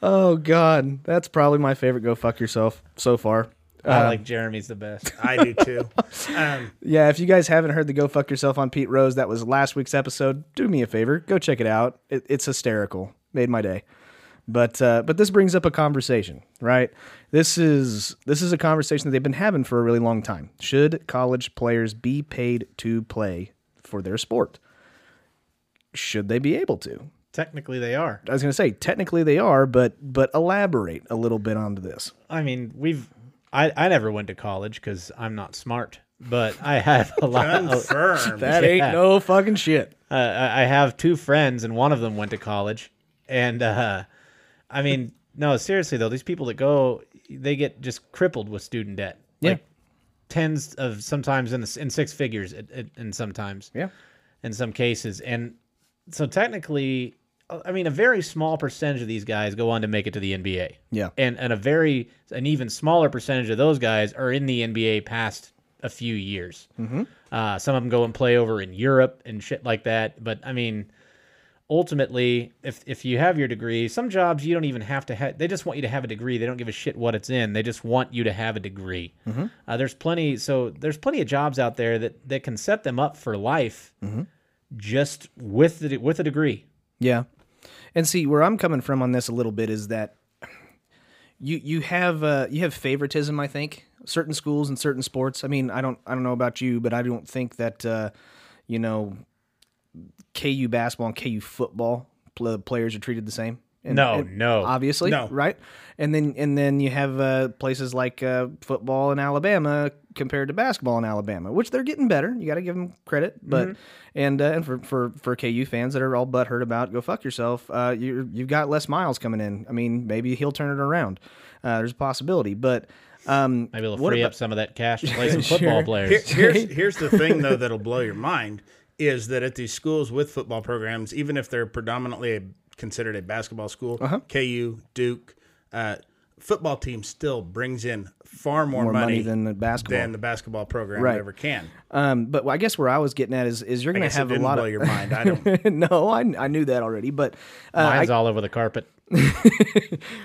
Speaker 1: Oh god. That's probably my favorite go fuck yourself so far.
Speaker 3: I like Jeremy's the best.
Speaker 2: I do too. Um,
Speaker 1: Yeah, if you guys haven't heard the Go Fuck Yourself on Pete Rose, that was last week's episode. Do me a favor, go check it out. It, it's hysterical. Made my day. But uh, but this brings up a conversation, right? This is this is a conversation that they've been having for a really long time. Should college players be paid to play for their sport? Should they be able to?
Speaker 3: Technically, they are.
Speaker 1: I was going to say technically they are, but but elaborate a little bit onto this.
Speaker 3: I mean, we've. I, I never went to college because I'm not smart, but I have a lot. Of,
Speaker 2: confirmed.
Speaker 1: That ain't no fucking shit.
Speaker 3: uh, I I have two friends, and one of them went to college, and uh, I mean, no, seriously though, these people that go, they get just crippled with student debt.
Speaker 1: Yeah.
Speaker 3: Like tens of sometimes in the, s- in six figures, at, at, and sometimes
Speaker 1: Yeah.
Speaker 3: in some cases. And so technically, uh, I mean, a very small percentage of these guys go on to make it to the NBA.
Speaker 1: Yeah.
Speaker 3: And and a very an even smaller percentage of those guys are in the NBA past a few years. Mm-hmm. Uh, some of them go and play over in Europe and shit like that. But I mean, ultimately, if if you have your degree, some jobs you don't even have to have. They just want you to have a degree. They don't give a shit what it's in. They just want you to have a degree.
Speaker 1: Mm-hmm.
Speaker 3: Uh, there's plenty. So there's plenty of jobs out there that that can set them up for life,
Speaker 1: Mm-hmm.
Speaker 3: just with the with a degree.
Speaker 1: Yeah. And see where I'm coming from on this a little bit is that you you have uh, you have favoritism, I think. Certain schools and certain sports. I mean, I don't I don't know about you, but I don't think that uh, you know KU basketball and KU football pl- players are treated the same. And-
Speaker 3: No,
Speaker 1: and
Speaker 3: no.
Speaker 1: obviously,
Speaker 2: No.
Speaker 1: right? And then and then you have uh, places like uh, football in Alabama compared to basketball in Alabama, which they're getting better. You got to give them credit, but
Speaker 2: Mm-hmm.
Speaker 1: and uh, and for, for for KU fans that are all butthurt about go fuck yourself, uh, you you've got Les Miles coming in. I mean, maybe he'll turn it around. Uh, there's a possibility, but um,
Speaker 3: Maybe it'll
Speaker 1: What
Speaker 3: free
Speaker 1: about-
Speaker 3: up some of that cash to play some football players.
Speaker 2: Here- here's, here's the thing though that'll blow your mind is that at these schools with football programs, even if they're predominantly a, considered a basketball school,
Speaker 1: Uh-huh.
Speaker 2: KU, Duke, uh, football team still brings in far more,
Speaker 1: more money,
Speaker 2: money,
Speaker 1: than the basketball.
Speaker 2: than the basketball program
Speaker 1: Right.
Speaker 2: ever can.
Speaker 1: um, but I guess where I was getting at is is you're
Speaker 2: I
Speaker 1: going to
Speaker 2: guess it
Speaker 1: have a
Speaker 2: didn't
Speaker 1: lot
Speaker 2: blow
Speaker 1: of
Speaker 2: your mind. I don't.
Speaker 1: no, I, I knew that already, but uh,
Speaker 3: Mine's all over the carpet.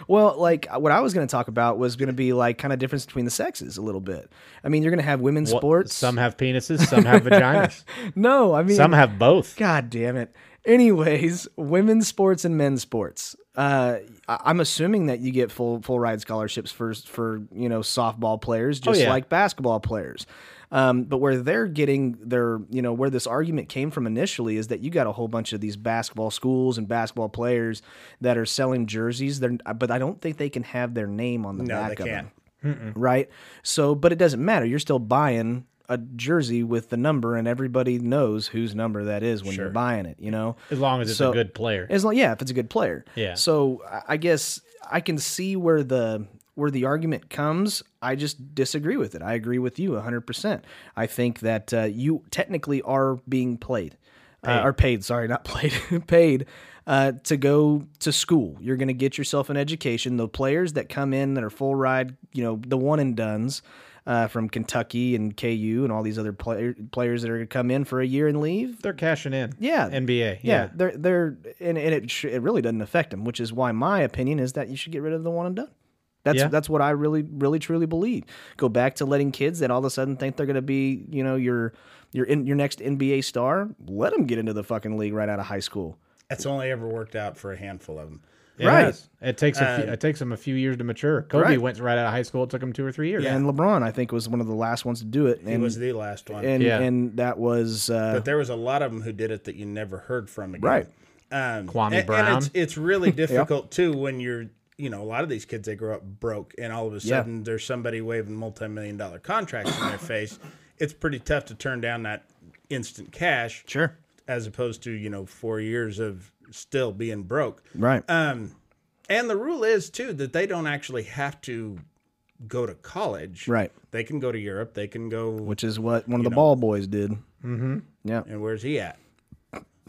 Speaker 1: Well, like uh, what I was going to talk about was going to be like kind of difference between the sexes a little bit. I mean, you're going to have women's
Speaker 3: What-
Speaker 1: sports.
Speaker 3: Some have penises. Some have vaginas.
Speaker 1: no, I mean,
Speaker 3: some have both.
Speaker 1: God damn it. Anyways, women's sports and men's sports. Uh, I- I'm assuming that you get full full ride scholarships for for you know softball players,
Speaker 2: Oh,
Speaker 1: just
Speaker 3: yeah.
Speaker 1: like basketball players. Um, but where they're getting their you know where this argument came from initially is that you got a whole bunch of these basketball schools and basketball players that are selling jerseys. They're, but I don't think they can have their name on the
Speaker 2: No, they
Speaker 1: back of
Speaker 2: can't.
Speaker 1: them right? So, but it doesn't matter. You're still buying a jersey with the number, and everybody knows whose number that is when you're buying it. You know,
Speaker 3: As long as it's
Speaker 1: So-
Speaker 3: a good player.
Speaker 1: as long yeah, if it's a good player.
Speaker 3: Yeah.
Speaker 1: So I- I guess I can see where the where the argument comes. I just disagree with it. I agree with you 100%. I think that uh, you technically are being played. Uh, or paid, sorry, not played, paid uh, to go to school. You're going to get yourself an education. The players that come in that are full ride, you know, the one and duns uh, from Kentucky and KU and all these other player, players that are going to come in for a year and leave,
Speaker 3: They're cashing in.
Speaker 1: yeah.
Speaker 3: NBA.
Speaker 1: yeah,
Speaker 3: Yeah.
Speaker 1: they're they're and, and it sh- it really doesn't affect them, which is why my opinion is that you should get rid of the one and done. That's
Speaker 3: Yeah.
Speaker 1: that's what I really really truly believe. Go back to letting kids that all of a sudden think they're going to be you know your your in, your next NBA star. Let them get into the fucking league right out of high school.
Speaker 2: That's only ever worked out for a handful of them.
Speaker 3: It
Speaker 1: Right.
Speaker 3: does. It takes a few, it takes them a few years to mature. Kobe
Speaker 1: Right.
Speaker 3: went right out of high school. It took him two or three years.
Speaker 1: And LeBron, I think, was one of the last ones to do it.
Speaker 2: He
Speaker 1: And
Speaker 2: was the last one.
Speaker 1: and,
Speaker 3: Yeah.
Speaker 1: and that was uh,
Speaker 2: but there was a lot of them who did it that you never heard from again.
Speaker 1: Right.
Speaker 2: Um,
Speaker 3: Kwame
Speaker 2: and- and
Speaker 3: Brown.
Speaker 2: it's, it's really difficult too when you're, you know, a lot of these kids they grow up broke, and all of a sudden there's somebody waving multi-million dollar contracts in their face. It's pretty tough to turn down that instant cash,
Speaker 1: sure
Speaker 2: as opposed to you know four years of still being broke.
Speaker 1: right
Speaker 2: Um, and the rule is too that they don't actually have to go to college.
Speaker 1: Right.
Speaker 2: They can go to Europe. They can go.
Speaker 1: which is what one of the ball boys did. Mm-hmm. Yeah,
Speaker 2: and where's he at?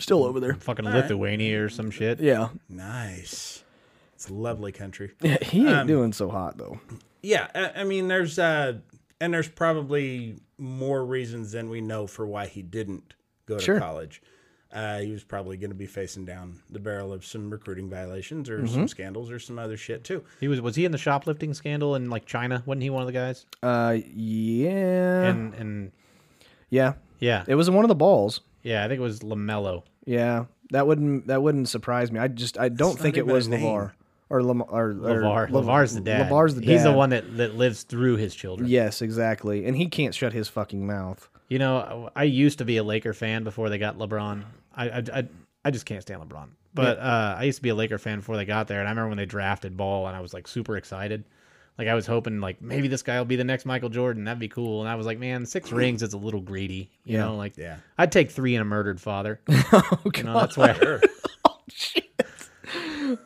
Speaker 1: still over there.
Speaker 3: Fucking Lithuania or some shit.
Speaker 1: Yeah,
Speaker 2: Nice. It's a lovely country.
Speaker 1: he ain't doing so hot though.
Speaker 2: Yeah, I, I mean, there's uh, and there's probably more reasons than we know for why he didn't go to
Speaker 1: Sure.
Speaker 2: college. Uh, he was probably going to be facing down the barrel of some recruiting violations or some scandals or some other shit too.
Speaker 3: He was was he in the shoplifting scandal in like China? Wasn't he one of the guys?
Speaker 1: Uh, yeah,
Speaker 3: And and
Speaker 1: yeah.
Speaker 3: yeah,
Speaker 1: It was one of the balls.
Speaker 3: yeah. I think it was Lamelo.
Speaker 1: Yeah, that wouldn't that wouldn't surprise me. I just I don't think it
Speaker 2: even
Speaker 1: was
Speaker 2: a name.
Speaker 1: Lavar or Lamar or
Speaker 3: Lavar.
Speaker 1: Lav-
Speaker 3: Lavar's the dad.
Speaker 1: Lavar's the dad.
Speaker 3: He's the one that, that lives through his children.
Speaker 1: Yes, exactly. And he can't shut his fucking mouth.
Speaker 3: You know, I I used to be a Laker fan before they got LeBron. I I, I, I just can't stand LeBron. But uh, I used to be a Laker fan before they got there, and I remember when they drafted Ball, and I was like super excited. Like I was hoping, like maybe this guy will be the next Michael Jordan. That'd be cool. And I was like, man, six rings is a little greedy. You know, like
Speaker 2: Yeah.
Speaker 3: I'd take three and a murdered father.
Speaker 1: Oh,
Speaker 3: You know, that's where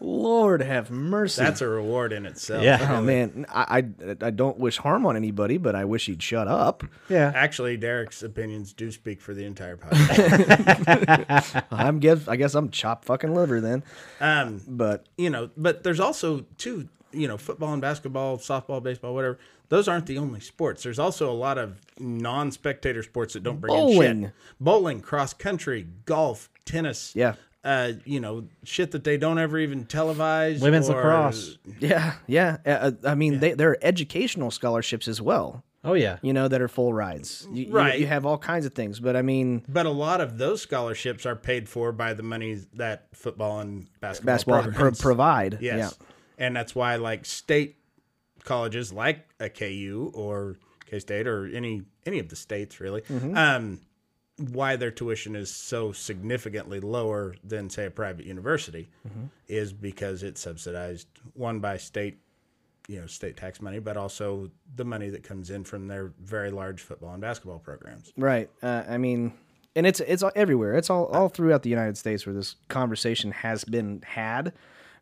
Speaker 1: Lord have mercy.
Speaker 2: That's a reward in itself.
Speaker 3: Yeah.
Speaker 1: oh man, I, I I don't wish harm on anybody, but I wish he'd shut up.
Speaker 3: yeah.
Speaker 2: Actually, Derek's opinions do speak for the entire podcast.
Speaker 1: I'm guess I guess I'm chop fucking liver then.
Speaker 2: um,
Speaker 1: But
Speaker 2: you know, but there's also too, you know, football and basketball, softball, baseball, whatever. Those aren't the only sports. There's also a lot of non-spectator sports that don't bring in
Speaker 1: Bowling.
Speaker 2: shit. Bowling, cross country, golf, tennis.
Speaker 1: Yeah.
Speaker 2: Uh, you know, shit that they don't ever even televise.
Speaker 3: Women's
Speaker 2: or-
Speaker 3: lacrosse.
Speaker 1: yeah, yeah. Uh, I mean, They, there are educational scholarships as well.
Speaker 3: Oh yeah.
Speaker 1: You know that are full rides. You, you-
Speaker 2: Right.
Speaker 1: you have all kinds of things, but I mean,
Speaker 2: But a lot of those scholarships are paid for by the money that football and basketball,
Speaker 1: basketball pro-
Speaker 2: programs
Speaker 1: provide.
Speaker 2: Yes.
Speaker 1: Yeah.
Speaker 2: And that's why like state colleges like a KU or K State or any any of the states really,
Speaker 1: Mm-hmm.
Speaker 2: um, why their tuition is so significantly lower than say a private university
Speaker 1: Mm-hmm.
Speaker 2: is because it's subsidized one by state you know, state tax money, but also the money that comes in from their very large football and basketball programs.
Speaker 1: Right. Uh, I mean, and it's it's all- everywhere. It's all all throughout the United States where this conversation has been had,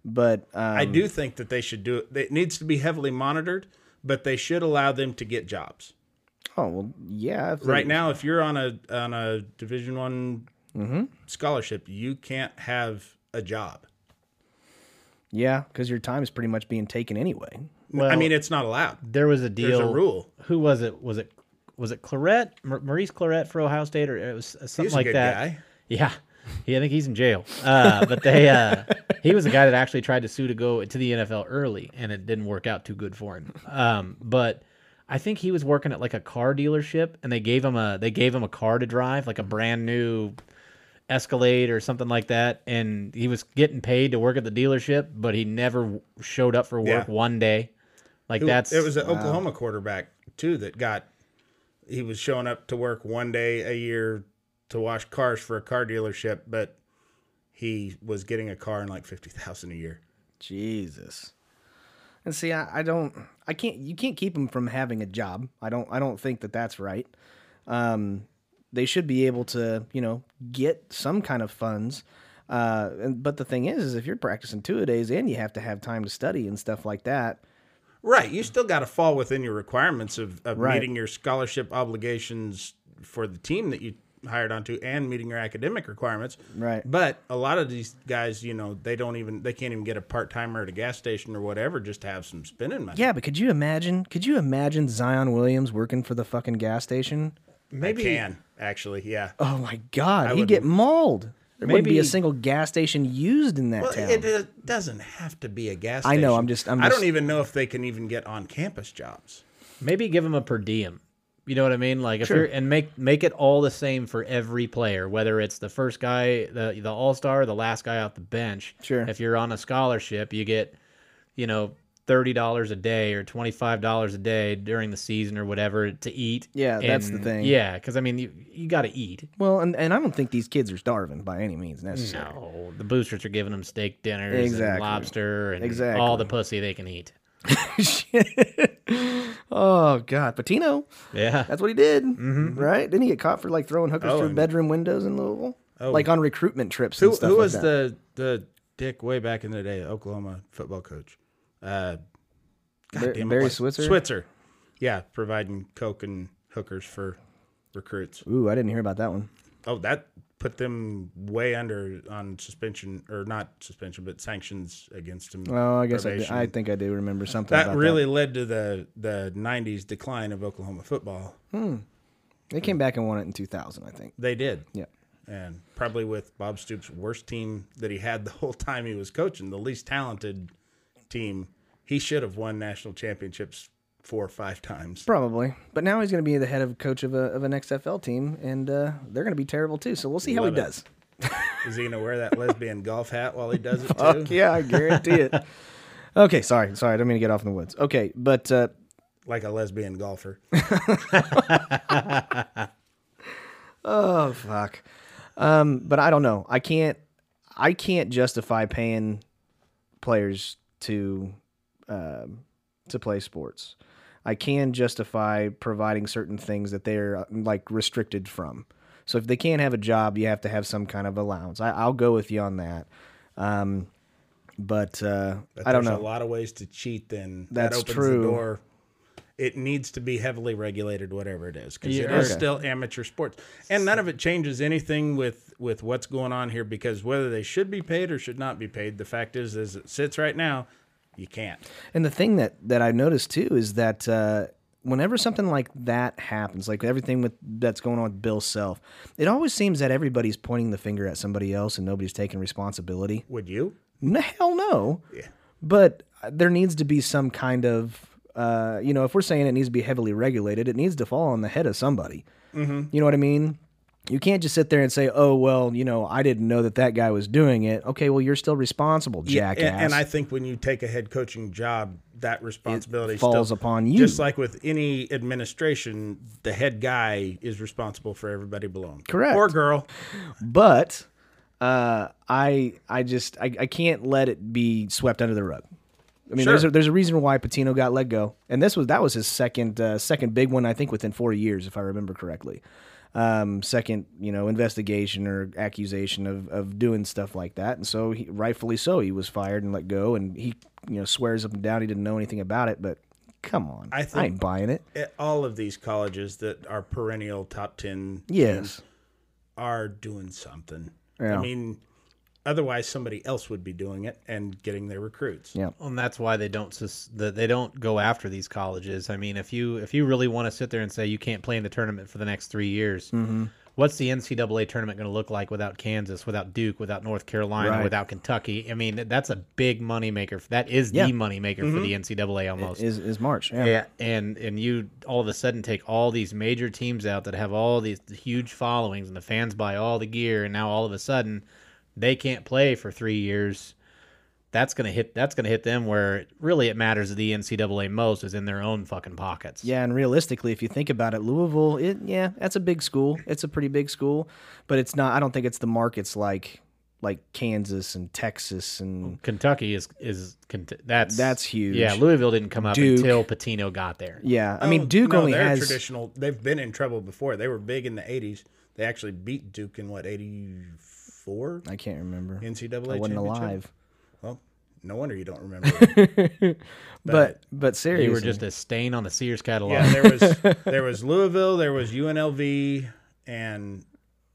Speaker 1: but um,
Speaker 2: I do think that they should do it. It needs to be heavily monitored, but they should allow them to get jobs.
Speaker 1: oh well, yeah. if they-
Speaker 2: right now if you're on a on a division one
Speaker 3: Mm-hmm.
Speaker 2: scholarship you can't have a job
Speaker 1: Yeah, because your time is pretty much being taken anyway.
Speaker 2: i mean it's not allowed
Speaker 3: There was a deal.
Speaker 2: there's a rule
Speaker 3: Who was it? Was it was it Claret? Mar- Maurice Claret for Ohio State, or it was uh, something
Speaker 2: he's a
Speaker 3: like
Speaker 2: good
Speaker 3: that.
Speaker 2: guy
Speaker 3: Yeah. Yeah, I think he's in jail. Uh, but they, uh, he was a guy that actually tried to sue to go to the NFL early, and it didn't work out too good for him. Um, but I think he was working at like a car dealership, and they gave him a they gave him a car to drive, like a brand new Escalade or something like that, and he was getting paid to work at the dealership, but he never w- showed up for work
Speaker 2: Yeah.
Speaker 3: one day. Like
Speaker 2: Who-
Speaker 3: that's
Speaker 2: it was an Oklahoma quarterback too that got he was showing up to work one day a year to wash cars for a car dealership, but he was getting a car in like fifty thousand a year.
Speaker 1: Jesus. And see, I, I don't, I can't, you can't keep them from having a job. I don't, I don't think that that's right. Um, they should be able to, you know, get some kind of funds. Uh, and, but the thing is, is if you're practicing two a days and you have to have time to study and stuff like that,
Speaker 2: Right, you still got to fall within your requirements of, of
Speaker 1: Right.
Speaker 2: meeting your scholarship obligations for the team that you hired onto and meeting your academic requirements.
Speaker 1: Right.
Speaker 2: But a lot of these guys, you know, they don't even they can't even get a part timer at a gas station or whatever just to have some spending money.
Speaker 1: yeah. But could you imagine? Could you imagine Zion Williams working for the fucking gas station?
Speaker 2: maybe can actually, yeah.
Speaker 1: Oh my God, he'd get mauled. There wouldn't be a
Speaker 3: Maybe-
Speaker 1: single gas station used in that
Speaker 2: Well,
Speaker 1: town.
Speaker 2: it, it doesn't have to be a gas.
Speaker 1: I
Speaker 2: Station.
Speaker 1: know, I'm just- I'm
Speaker 2: I
Speaker 1: just-
Speaker 2: don't even know if they can even get on campus jobs.
Speaker 3: maybe give him a per diem. You know what I mean? Like if you're and make make it all the same for every player, whether it's the first guy, the the all star, the last guy off the bench.
Speaker 1: Sure.
Speaker 3: If you're on a scholarship, you get, you know, thirty dollars a day or twenty five dollars a day during the season or whatever to eat.
Speaker 1: Yeah, that's the thing.
Speaker 3: Yeah, because I mean, you you got to eat.
Speaker 1: Well, and, and I don't think these kids are starving by any means necessarily.
Speaker 3: No, the boosters are giving them steak dinners
Speaker 1: Mm. Exactly.
Speaker 3: and lobster and
Speaker 1: Exactly.
Speaker 3: all the pussy they can eat.
Speaker 1: oh God, Patino.
Speaker 3: Yeah.
Speaker 1: That's what he did,
Speaker 2: Mm-hmm.
Speaker 1: right? Didn't he get caught for like throwing hookers through bedroom windows in Louisville, like on recruitment trips?
Speaker 2: Oh, Who,
Speaker 1: and stuff
Speaker 2: who
Speaker 1: like
Speaker 2: was
Speaker 1: that.
Speaker 2: the the dick way back in the day, the Oklahoma football coach? Uh, God
Speaker 1: Bar-
Speaker 2: damn it,
Speaker 1: Barry
Speaker 2: what-
Speaker 1: Switzer?
Speaker 2: Switzer, yeah, providing coke and hookers for recruits.
Speaker 1: Ooh, I didn't hear about that one.
Speaker 2: Oh, that put them way under on suspension or not suspension, but sanctions against him.
Speaker 1: Oh, I guess I, did.
Speaker 2: probation.
Speaker 1: I think I do remember something.
Speaker 2: that
Speaker 1: about
Speaker 2: really led to the the '90s decline of Oklahoma football.
Speaker 1: They came back and won it in 2000, I think.
Speaker 2: They did.
Speaker 1: Yeah.
Speaker 2: and probably with Bob Stoops' worst team that he had the whole time he was coaching, the least talented team. He should have won national championships four or five times.
Speaker 1: Probably, but now he's going to be the head of coach of, a, of an XFL team, and uh, they're going to be terrible too. So we'll see how he
Speaker 2: Love it.
Speaker 1: does.
Speaker 2: Is he gonna wear that lesbian golf hat while he does it too?
Speaker 1: Yeah, I guarantee it. Okay, sorry, sorry, I don't mean to get off in the woods. Okay, but uh,
Speaker 2: Like a lesbian golfer.
Speaker 1: Oh fuck. Um, but I don't know. I can't. I can't justify paying players to um to play sports. I can justify providing certain things that they're uh, like restricted from. So if they can't have a job, you have to have some kind of allowance. I, I'll go with you on that. Um, but uh,
Speaker 2: But
Speaker 1: I don't
Speaker 2: there's
Speaker 1: know.
Speaker 2: A lot of ways to cheat. Then
Speaker 1: That's
Speaker 2: that opens
Speaker 1: true.
Speaker 2: The door. It needs to be heavily regulated, whatever it is, because it
Speaker 3: Yeah.
Speaker 2: is
Speaker 1: Okay.
Speaker 2: still amateur sports, and none of it changes anything with with what's going on here. Because whether they should be paid or should not be paid, the fact is, as it sits right now, you can't.
Speaker 1: And the thing that that I noticed too is that uh, whenever something like that happens, like everything with that's going on with Bill Self, it always seems that everybody's pointing the finger at somebody else and nobody's taking responsibility.
Speaker 2: Would you?
Speaker 1: No, hell no.
Speaker 2: Yeah.
Speaker 1: But uh, there needs to be some kind of, uh, you know, if we're saying it needs to be heavily regulated, it needs to fall on the head of somebody. Mm-hmm. You know what I mean? You can't just sit there and say, "Oh well, you know, I didn't know that that guy was doing it." Okay, well, you're still responsible, jackass.
Speaker 2: And, and I think when you take a head coaching job, that responsibility
Speaker 1: falls
Speaker 2: still-
Speaker 1: upon you.
Speaker 2: Just like with any administration, the head guy is responsible for everybody below him.
Speaker 1: Correct.
Speaker 2: Or girl.
Speaker 1: but uh, I I just I, I can't let it be swept under the rug. I mean, there's a,
Speaker 2: Sure.
Speaker 1: there's a reason why Patino got let go, and this was that was his second uh, second big one I think within four years if I remember correctly. Um, second, you know, investigation or accusation of, of doing stuff like that, and so he, rightfully so, he was fired and let go, and he you know swears up and down he didn't know anything about it, but come on,
Speaker 2: I
Speaker 1: I,
Speaker 2: think-
Speaker 1: ain't buying it.
Speaker 2: at eh, all of these colleges that are perennial top 10
Speaker 1: Yes,
Speaker 2: are doing something.
Speaker 1: Yeah.
Speaker 2: I mean, otherwise somebody else would be doing it and getting their recruits.
Speaker 1: Yeah.
Speaker 3: and that's why they don't sus- that they don't go after these
Speaker 1: Mm-hmm.
Speaker 3: colleges. I mean, if you if you really want to sit there and say you can't play in the tournament for the next three years, what's the NCAA tournament going to look like without Kansas, without Duke, without North Carolina,
Speaker 1: Right.
Speaker 3: without Kentucky? I mean, th- that's a big moneymaker. f- That is
Speaker 1: Yeah. Mm-hmm.
Speaker 3: the moneymaker for the NCAA almost.
Speaker 1: Is is March? Yeah.
Speaker 3: Yeah, and and you all of a sudden take all these major teams out that have all these huge followings, and the fans buy all the gear, and now all of a sudden they can't play for three years. That's gonna hit. That's gonna hit them where really it matters to the NCAA most is in their own fucking pockets.
Speaker 1: Yeah, and realistically, if you think about it, Louisville, it yeah, that's a big school. It's a pretty big school, but it's not. I don't think it's the markets like like Kansas and Texas and
Speaker 3: Kentucky is is Kent- that's
Speaker 1: That's huge.
Speaker 3: Yeah, Louisville didn't come up
Speaker 1: Duke.
Speaker 3: until Patino got there.
Speaker 1: yeah. I
Speaker 2: Oh,
Speaker 1: mean, Duke
Speaker 2: no,
Speaker 1: only
Speaker 2: they're
Speaker 1: has
Speaker 2: traditional. They've been in trouble before. They were big in the '80s. They actually beat Duke in what '84
Speaker 1: I can't remember.
Speaker 2: NCAA.
Speaker 1: I wasn't
Speaker 2: championship?
Speaker 1: alive.
Speaker 2: Well, no wonder you don't remember.
Speaker 1: But but seriously,
Speaker 3: You were just a stain on the Sears catalog.
Speaker 2: yeah, there was there was Louisville, there was UNLV, and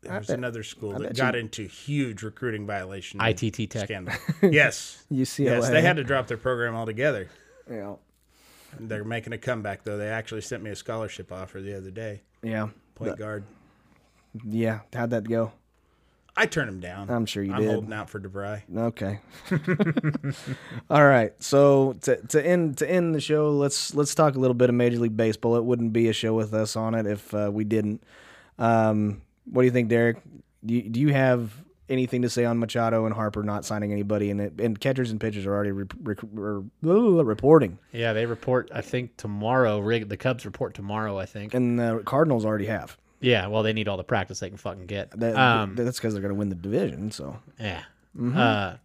Speaker 2: there was another school that got into huge recruiting violation
Speaker 3: ITT Tech.
Speaker 2: scandal. yes,
Speaker 1: UCLA.
Speaker 2: yes, they had to drop their program altogether.
Speaker 1: yeah.
Speaker 2: They're making a comeback though. They actually sent me a scholarship offer the other day.
Speaker 1: yeah,
Speaker 2: Point guard.
Speaker 1: yeah. How'd that go?
Speaker 2: I turned him down.
Speaker 1: I'm sure you
Speaker 2: I'm
Speaker 1: did.
Speaker 2: holding out for DeBry.
Speaker 1: Okay. All right. So to, to end to end the show, let's let's talk a little bit of Major League Baseball. It wouldn't be a show with us on it if uh, we didn't. Um, what do you think, Derek? Do you, do you have anything to say on Machado and Harper not signing anybody, and it, and catchers and pitchers are already re- rec- re- blah, reporting,
Speaker 3: Yeah, they report. I think tomorrow. Rig, the Cubs report tomorrow. I think.
Speaker 1: and the Cardinals already have.
Speaker 3: Yeah, well, they need all the practice they can fucking get.
Speaker 1: That,
Speaker 3: um,
Speaker 1: that's because they're going to win the division. So
Speaker 3: yeah. Uh,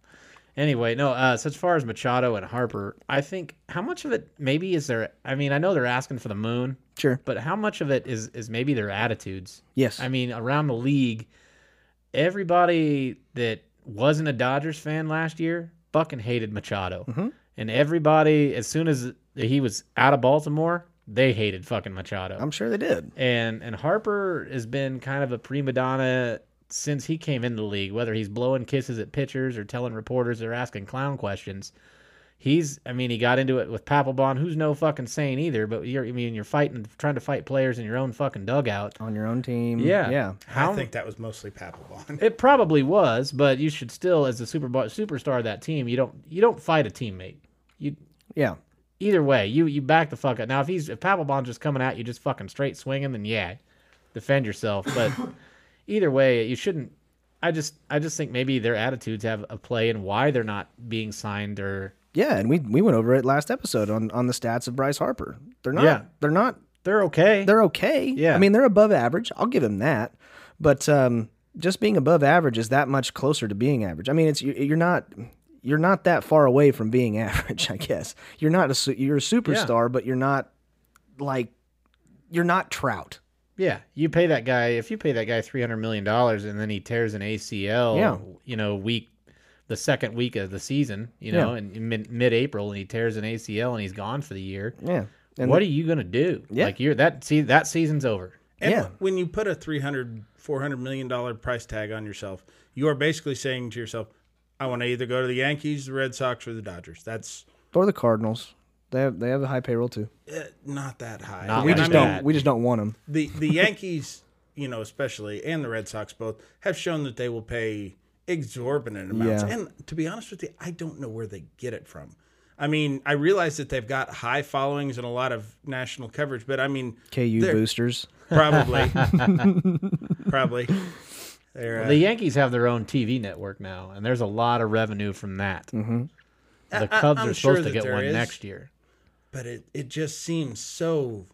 Speaker 3: anyway, no. Uh, so as far as Machado and Harper, I think how much of it maybe is there? I mean, I know they're asking for the moon,
Speaker 1: sure,
Speaker 3: but how much of it is is maybe their attitudes?
Speaker 1: yes,
Speaker 3: I mean, around the league, everybody that wasn't a Dodgers fan last year fucking hated Machado. And everybody, as soon as he was out of Baltimore, they hated fucking Machado
Speaker 1: I'm sure they did.
Speaker 3: and and Harper has been kind of a prima donna since he came into the league. Whether he's blowing kisses at pitchers or telling reporters or asking clown questions, he's. I mean, he got into it with Papelbon, who's no fucking saint either. But you're, I mean, you're fighting, trying to fight players in your own fucking dugout.
Speaker 1: On your own team,
Speaker 3: Yeah,
Speaker 1: yeah.
Speaker 3: How
Speaker 2: I think that was mostly Papelbon.
Speaker 3: it probably was, but you should still, as the super superstar of that team, you don't you don't fight a teammate. You
Speaker 1: Yeah.
Speaker 3: either way, you you back the fuck up. Now if he's if Papelbon's just coming at you just fucking straight swinging, then yeah, defend yourself. But either way, you shouldn't. I just I just think maybe their attitudes have a play in why they're not being signed or
Speaker 1: Yeah, and we we went over it last episode on on the stats of Bryce Harper. They're not
Speaker 3: Yeah.
Speaker 1: they're not
Speaker 3: they're okay.
Speaker 1: they're okay.
Speaker 3: Yeah.
Speaker 1: I mean they're above average. I'll give him that. But um, just being above average is that much closer to being average. I mean it's you- you're not you're not that far away from being average. I guess you're not a su- you're a superstar, but you're not like you're not Trout.
Speaker 3: yeah, you pay that guy if you pay that guy three hundred million dollars and then he tears an ACL.
Speaker 1: Yeah.
Speaker 3: you know week. The second week of the season, you know, in in mid mid April, and he tears an ACL and he's gone for the year.
Speaker 1: Yeah. And
Speaker 3: what are you gonna do?
Speaker 1: Yeah.
Speaker 3: Like you're that see that season's over.
Speaker 2: And
Speaker 1: Yeah.
Speaker 2: when you put a 300 400 million dollar price tag on yourself, you are basically saying to yourself, I want to either go to the Yankees, the Red Sox or the Dodgers. That's
Speaker 1: or the Cardinals? They have they have a high payroll too.
Speaker 2: uh, not that high.
Speaker 3: Not
Speaker 1: We
Speaker 3: like
Speaker 2: And
Speaker 1: just
Speaker 2: I
Speaker 3: that.
Speaker 2: mean,
Speaker 1: don't we just don't want them.
Speaker 2: the the Yankees, you know, especially and the Red Sox both have shown that they will pay exorbitant amounts.
Speaker 1: Yeah.
Speaker 2: And to be honest with you, I don't know where they get it from. I mean, I realize that they've got high followings and a lot of national coverage, but I mean,
Speaker 1: KU
Speaker 2: They're-
Speaker 1: boosters.
Speaker 2: probably, probably, they're, uh,
Speaker 3: The Yankees have their own TV network now, and there's a lot of revenue from that.
Speaker 1: Mm-hmm.
Speaker 3: The
Speaker 2: uh, I-
Speaker 3: Cubs
Speaker 2: I'm
Speaker 3: are
Speaker 2: sure
Speaker 3: supposed
Speaker 2: that
Speaker 3: to get
Speaker 2: there
Speaker 3: one
Speaker 2: is.
Speaker 3: next year.
Speaker 2: but it, it just seems so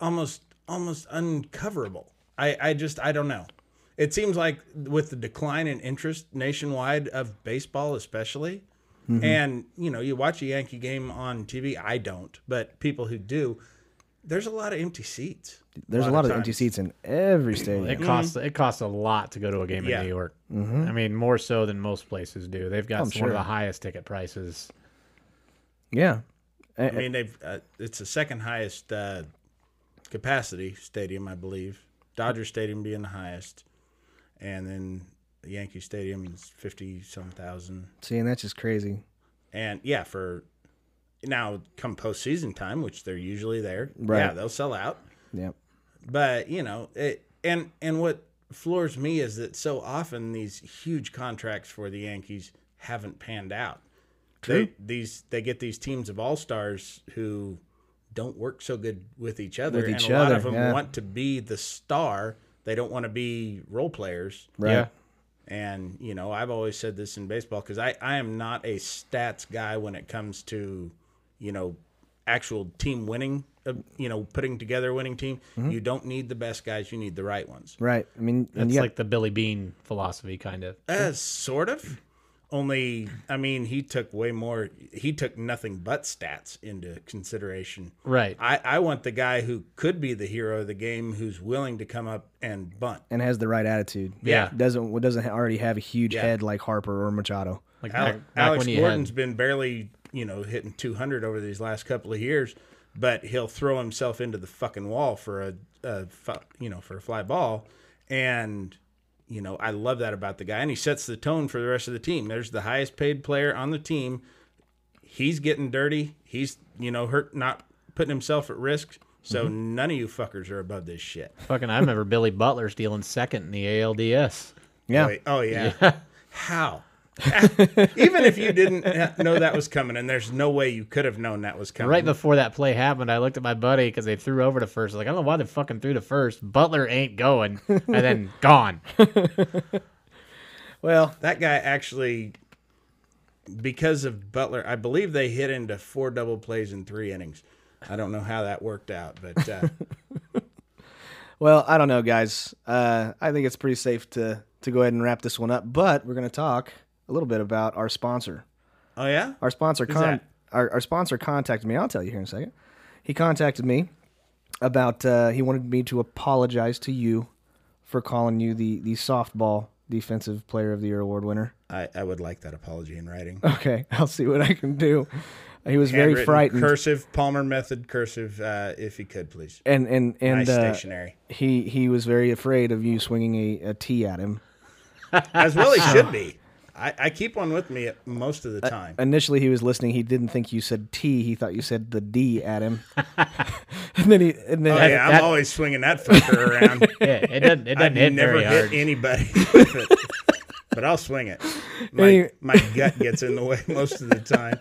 Speaker 2: almost almost uncoverable. I, I just I don't know. It seems like with the decline in interest nationwide of baseball especially and you know, you watch a Yankee game on TV, I don't, but people who do, there's a lot of empty seats.
Speaker 1: There's a lot, of, empty seats in every stadium.
Speaker 3: It costs it costs a lot to go to a game
Speaker 2: Yeah.
Speaker 3: in New York.
Speaker 1: Mm-hmm.
Speaker 3: I mean, more so than most places do. They've
Speaker 1: Oh,
Speaker 3: got some- one of the highest ticket prices.
Speaker 1: Yeah.
Speaker 2: I mean, they've uh, it's the second highest uh, capacity stadium, I believe. Dodger Stadium being the highest, and then the Yankee Stadium is fifty some thousand.
Speaker 1: See, and that's just crazy.
Speaker 2: And yeah, for now come postseason time, which they're usually there.
Speaker 1: Right.
Speaker 2: Yeah, they'll sell out.
Speaker 1: Yep.
Speaker 2: But you know, it And and what floors me is that so often these huge contracts for the Yankees haven't panned out. They, these they get these teams of all stars who don't work so good with each other,
Speaker 1: With each
Speaker 2: and a lot
Speaker 1: other,
Speaker 2: of them
Speaker 1: yeah.
Speaker 2: want to be the star. They don't want to be role players.
Speaker 1: Right.
Speaker 3: Yeah.
Speaker 2: And you know, I've always said this in baseball because I I am not a stats guy when it comes to you know actual team winning. Uh, you know, putting together a winning team. You don't need the best guys. You need the right ones.
Speaker 1: Right. I mean, and
Speaker 3: That's
Speaker 1: yeah,
Speaker 3: like the Billy Bean philosophy, kind of.
Speaker 2: Uh, sort of. Only, I mean, he took way more. He took nothing but stats into consideration.
Speaker 3: Right.
Speaker 2: I, I want the guy who could be the hero of the game, who's willing to come up and bunt.
Speaker 1: and has the right attitude.
Speaker 3: Yeah.
Speaker 1: Doesn't doesn't already have a huge
Speaker 2: Yeah.
Speaker 1: head like Harper or Machado.
Speaker 3: Like
Speaker 2: Al-
Speaker 3: back, back
Speaker 2: Alex
Speaker 3: when you
Speaker 2: Gordon's
Speaker 3: had
Speaker 2: been barely, you know, hitting 200 over these last couple of years, but he'll throw himself into the fucking wall for a, a fu- you know, for a fly ball, and you know, I love that about the guy, and he sets the tone for the rest of the team. There's the highest paid player on the team. He's getting dirty. He's you know hurt, not putting himself at risk. So
Speaker 3: Mm-hmm.
Speaker 2: none of you fuckers are above this shit.
Speaker 3: fucking. I remember Billy Butler stealing second in the ALDS.
Speaker 1: Yeah.
Speaker 2: Wait, oh yeah. How? Even if you didn't know that was coming, and there's no way you could have known that was coming.
Speaker 3: Right before that play happened, I looked at my buddy because they threw over to first. I was like, I don't know why they fucking threw to first. Butler ain't going, and then gone.
Speaker 1: Well,
Speaker 2: that guy actually, because of Butler, I believe they hit into four double plays in three innings. I don't know how that worked out, but uh,
Speaker 1: well, I don't know, guys. Uh, I think it's pretty safe to to go ahead and wrap this one up, but we're going to talk a little bit about our sponsor.
Speaker 2: oh yeah,
Speaker 1: Our sponsor con-
Speaker 2: that?
Speaker 1: our, our sponsor contacted me. I'll tell you here in a second. He contacted me about uh, he wanted me to apologize to you for calling you the the softball defensive player of the year award winner.
Speaker 2: I, I would like that apology in writing.
Speaker 1: Okay, I'll see what I can do. He was very
Speaker 2: Handwritten,
Speaker 1: frightened.
Speaker 2: Cursive Palmer method cursive, uh, if you could please.
Speaker 1: and and and
Speaker 2: Nice
Speaker 1: uh,
Speaker 2: stationary,
Speaker 1: he he was very afraid of you swinging a, a tee at him.
Speaker 2: as well he should be. I, I keep one with me at- most of
Speaker 1: Uh,
Speaker 2: the time.
Speaker 1: Initially, he was listening. He didn't think you said T. He thought you said the D at him. and then he and then
Speaker 2: Oh, yeah, I'm
Speaker 3: that-
Speaker 2: always swinging that fucker around.
Speaker 3: Yeah, it doesn't. It doesn't
Speaker 2: I've
Speaker 3: hit
Speaker 2: never
Speaker 3: very
Speaker 2: hit
Speaker 3: hard.
Speaker 2: anybody with it, but I'll swing it. My,
Speaker 1: Any-
Speaker 2: my gut gets in the way most of the time.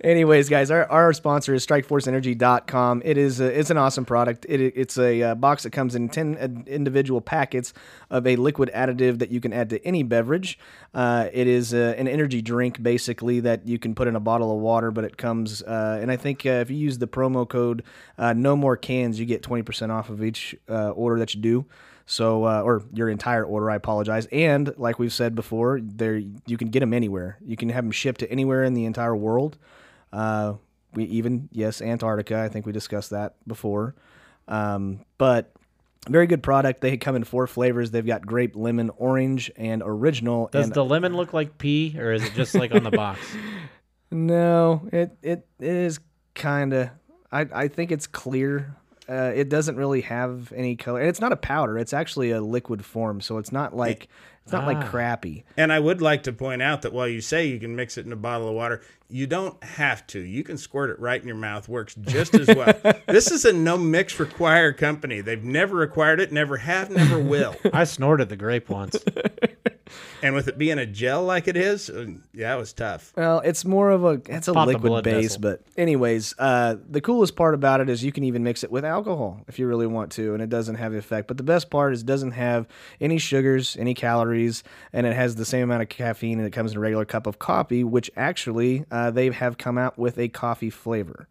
Speaker 1: Anyways, guys, our, our sponsor is StrikeForceEnergy.com. It is a, it's an awesome product. It, it's a uh, box that comes in ten uh, individual packets of a liquid additive that you can add to any beverage. Uh, it is uh an energy drink basically that you can put in a bottle of water, but it comes uh, and I think uh, if you use the promo code uh, No More Cans, you get twenty percent off of each uh, order that you do. So, uh, or your entire order, I apologize. And like we've said before, there you can get them anywhere. You can have them shipped to anywhere in the entire world. Uh, we even yes, Antarctica. I think we discussed that before. Um, but very good product. They come in four flavors. They've got grape, lemon, orange, and original.
Speaker 3: Does
Speaker 1: and
Speaker 3: the lemon look like pee, or is it just like on the box?
Speaker 1: no, it it, it is kind of. I I think it's clear. Uh, it doesn't really have any color, and it's not a powder. It's actually a liquid form, so it's not like it's not like crappy.
Speaker 2: And I would like to point out that while you say you can mix it in a bottle of water, you don't have to. You can squirt it right in your mouth. Works just as well. this is a no mix require company. They've never required it, never have, never will.
Speaker 3: I snorted the grape once.
Speaker 2: And with it being a gel like it is, uh, yeah, it was tough.
Speaker 1: Well, it's more of a it's a
Speaker 3: Pop the
Speaker 1: liquid
Speaker 3: blood
Speaker 1: base,
Speaker 3: vessel.
Speaker 1: but anyways, uh, the coolest part about it is you can even mix it with alcohol if you really want to, and it doesn't have the effect. But the best part is it doesn't have any sugars, any calories, and it has the same amount of caffeine that comes in a regular cup of coffee, which actually uh, they have come out with a coffee flavor.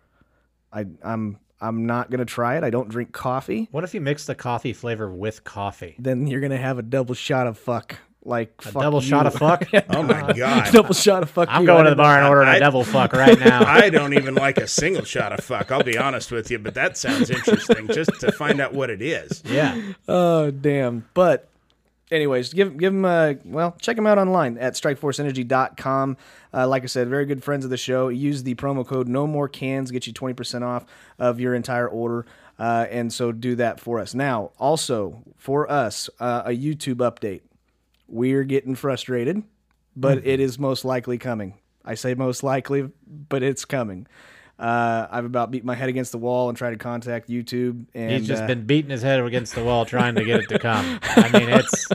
Speaker 1: I, I'm I'm not gonna try it. I don't drink coffee.
Speaker 3: What if you mix the coffee flavor with coffee?
Speaker 1: Then you're gonna have a double shot of fuck, like
Speaker 3: A
Speaker 1: fuck
Speaker 3: double
Speaker 1: you.
Speaker 3: shot of fuck.
Speaker 2: Oh my God.
Speaker 1: double shot of fuck.
Speaker 3: I'm
Speaker 1: you. I
Speaker 3: going to the
Speaker 1: didn't-
Speaker 3: bar and ordering
Speaker 2: I-
Speaker 3: a double fuck right now.
Speaker 2: I don't even like a single shot of fuck. I'll be honest with you, but that sounds interesting just to find out what it is.
Speaker 3: yeah.
Speaker 1: Oh damn! But anyways, give give them a well. Check them out online at strikeforceenergy.com. Uh, like I said, very good friends of the show. Use the promo code No More Cans get you twenty percent off of your entire order. Uh, and so do that for us now. Also for us, uh, a YouTube update. We're getting frustrated,
Speaker 3: Mm-hmm.
Speaker 1: but it is most likely coming. I say most likely, but it's coming. Uh, I've about beat my head against the wall and tried to contact YouTube. And
Speaker 3: He's just
Speaker 1: uh,
Speaker 3: been beating his head against the wall trying to get it to come. I mean, it's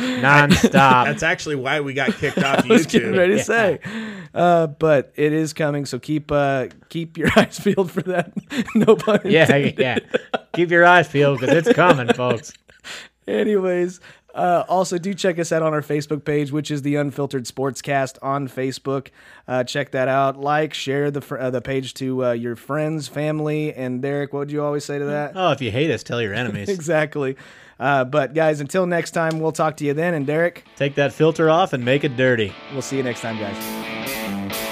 Speaker 3: nonstop.
Speaker 2: That's actually why we got kicked off
Speaker 1: was getting
Speaker 2: YouTube.
Speaker 1: ready to say. Uh, but it is coming, so keep uh, keep your eyes peeled for that. no pun.
Speaker 3: Yeah,
Speaker 1: intended.
Speaker 3: yeah. Keep your eyes peeled because it's coming, folks.
Speaker 1: Anyways, uh, also do check us out on our Facebook page, which is the Unfiltered Sportscast on Facebook. Uh, check that out. Like, share the fr- uh, the page to uh, your friends, family, and Derek. What would you always say to that?
Speaker 3: Oh, if you hate us, tell your enemies.
Speaker 1: exactly. Uh, but guys, until next time, we'll talk to you then. And Derek,
Speaker 3: Take that filter off and make it dirty.
Speaker 1: we'll see you next time, guys.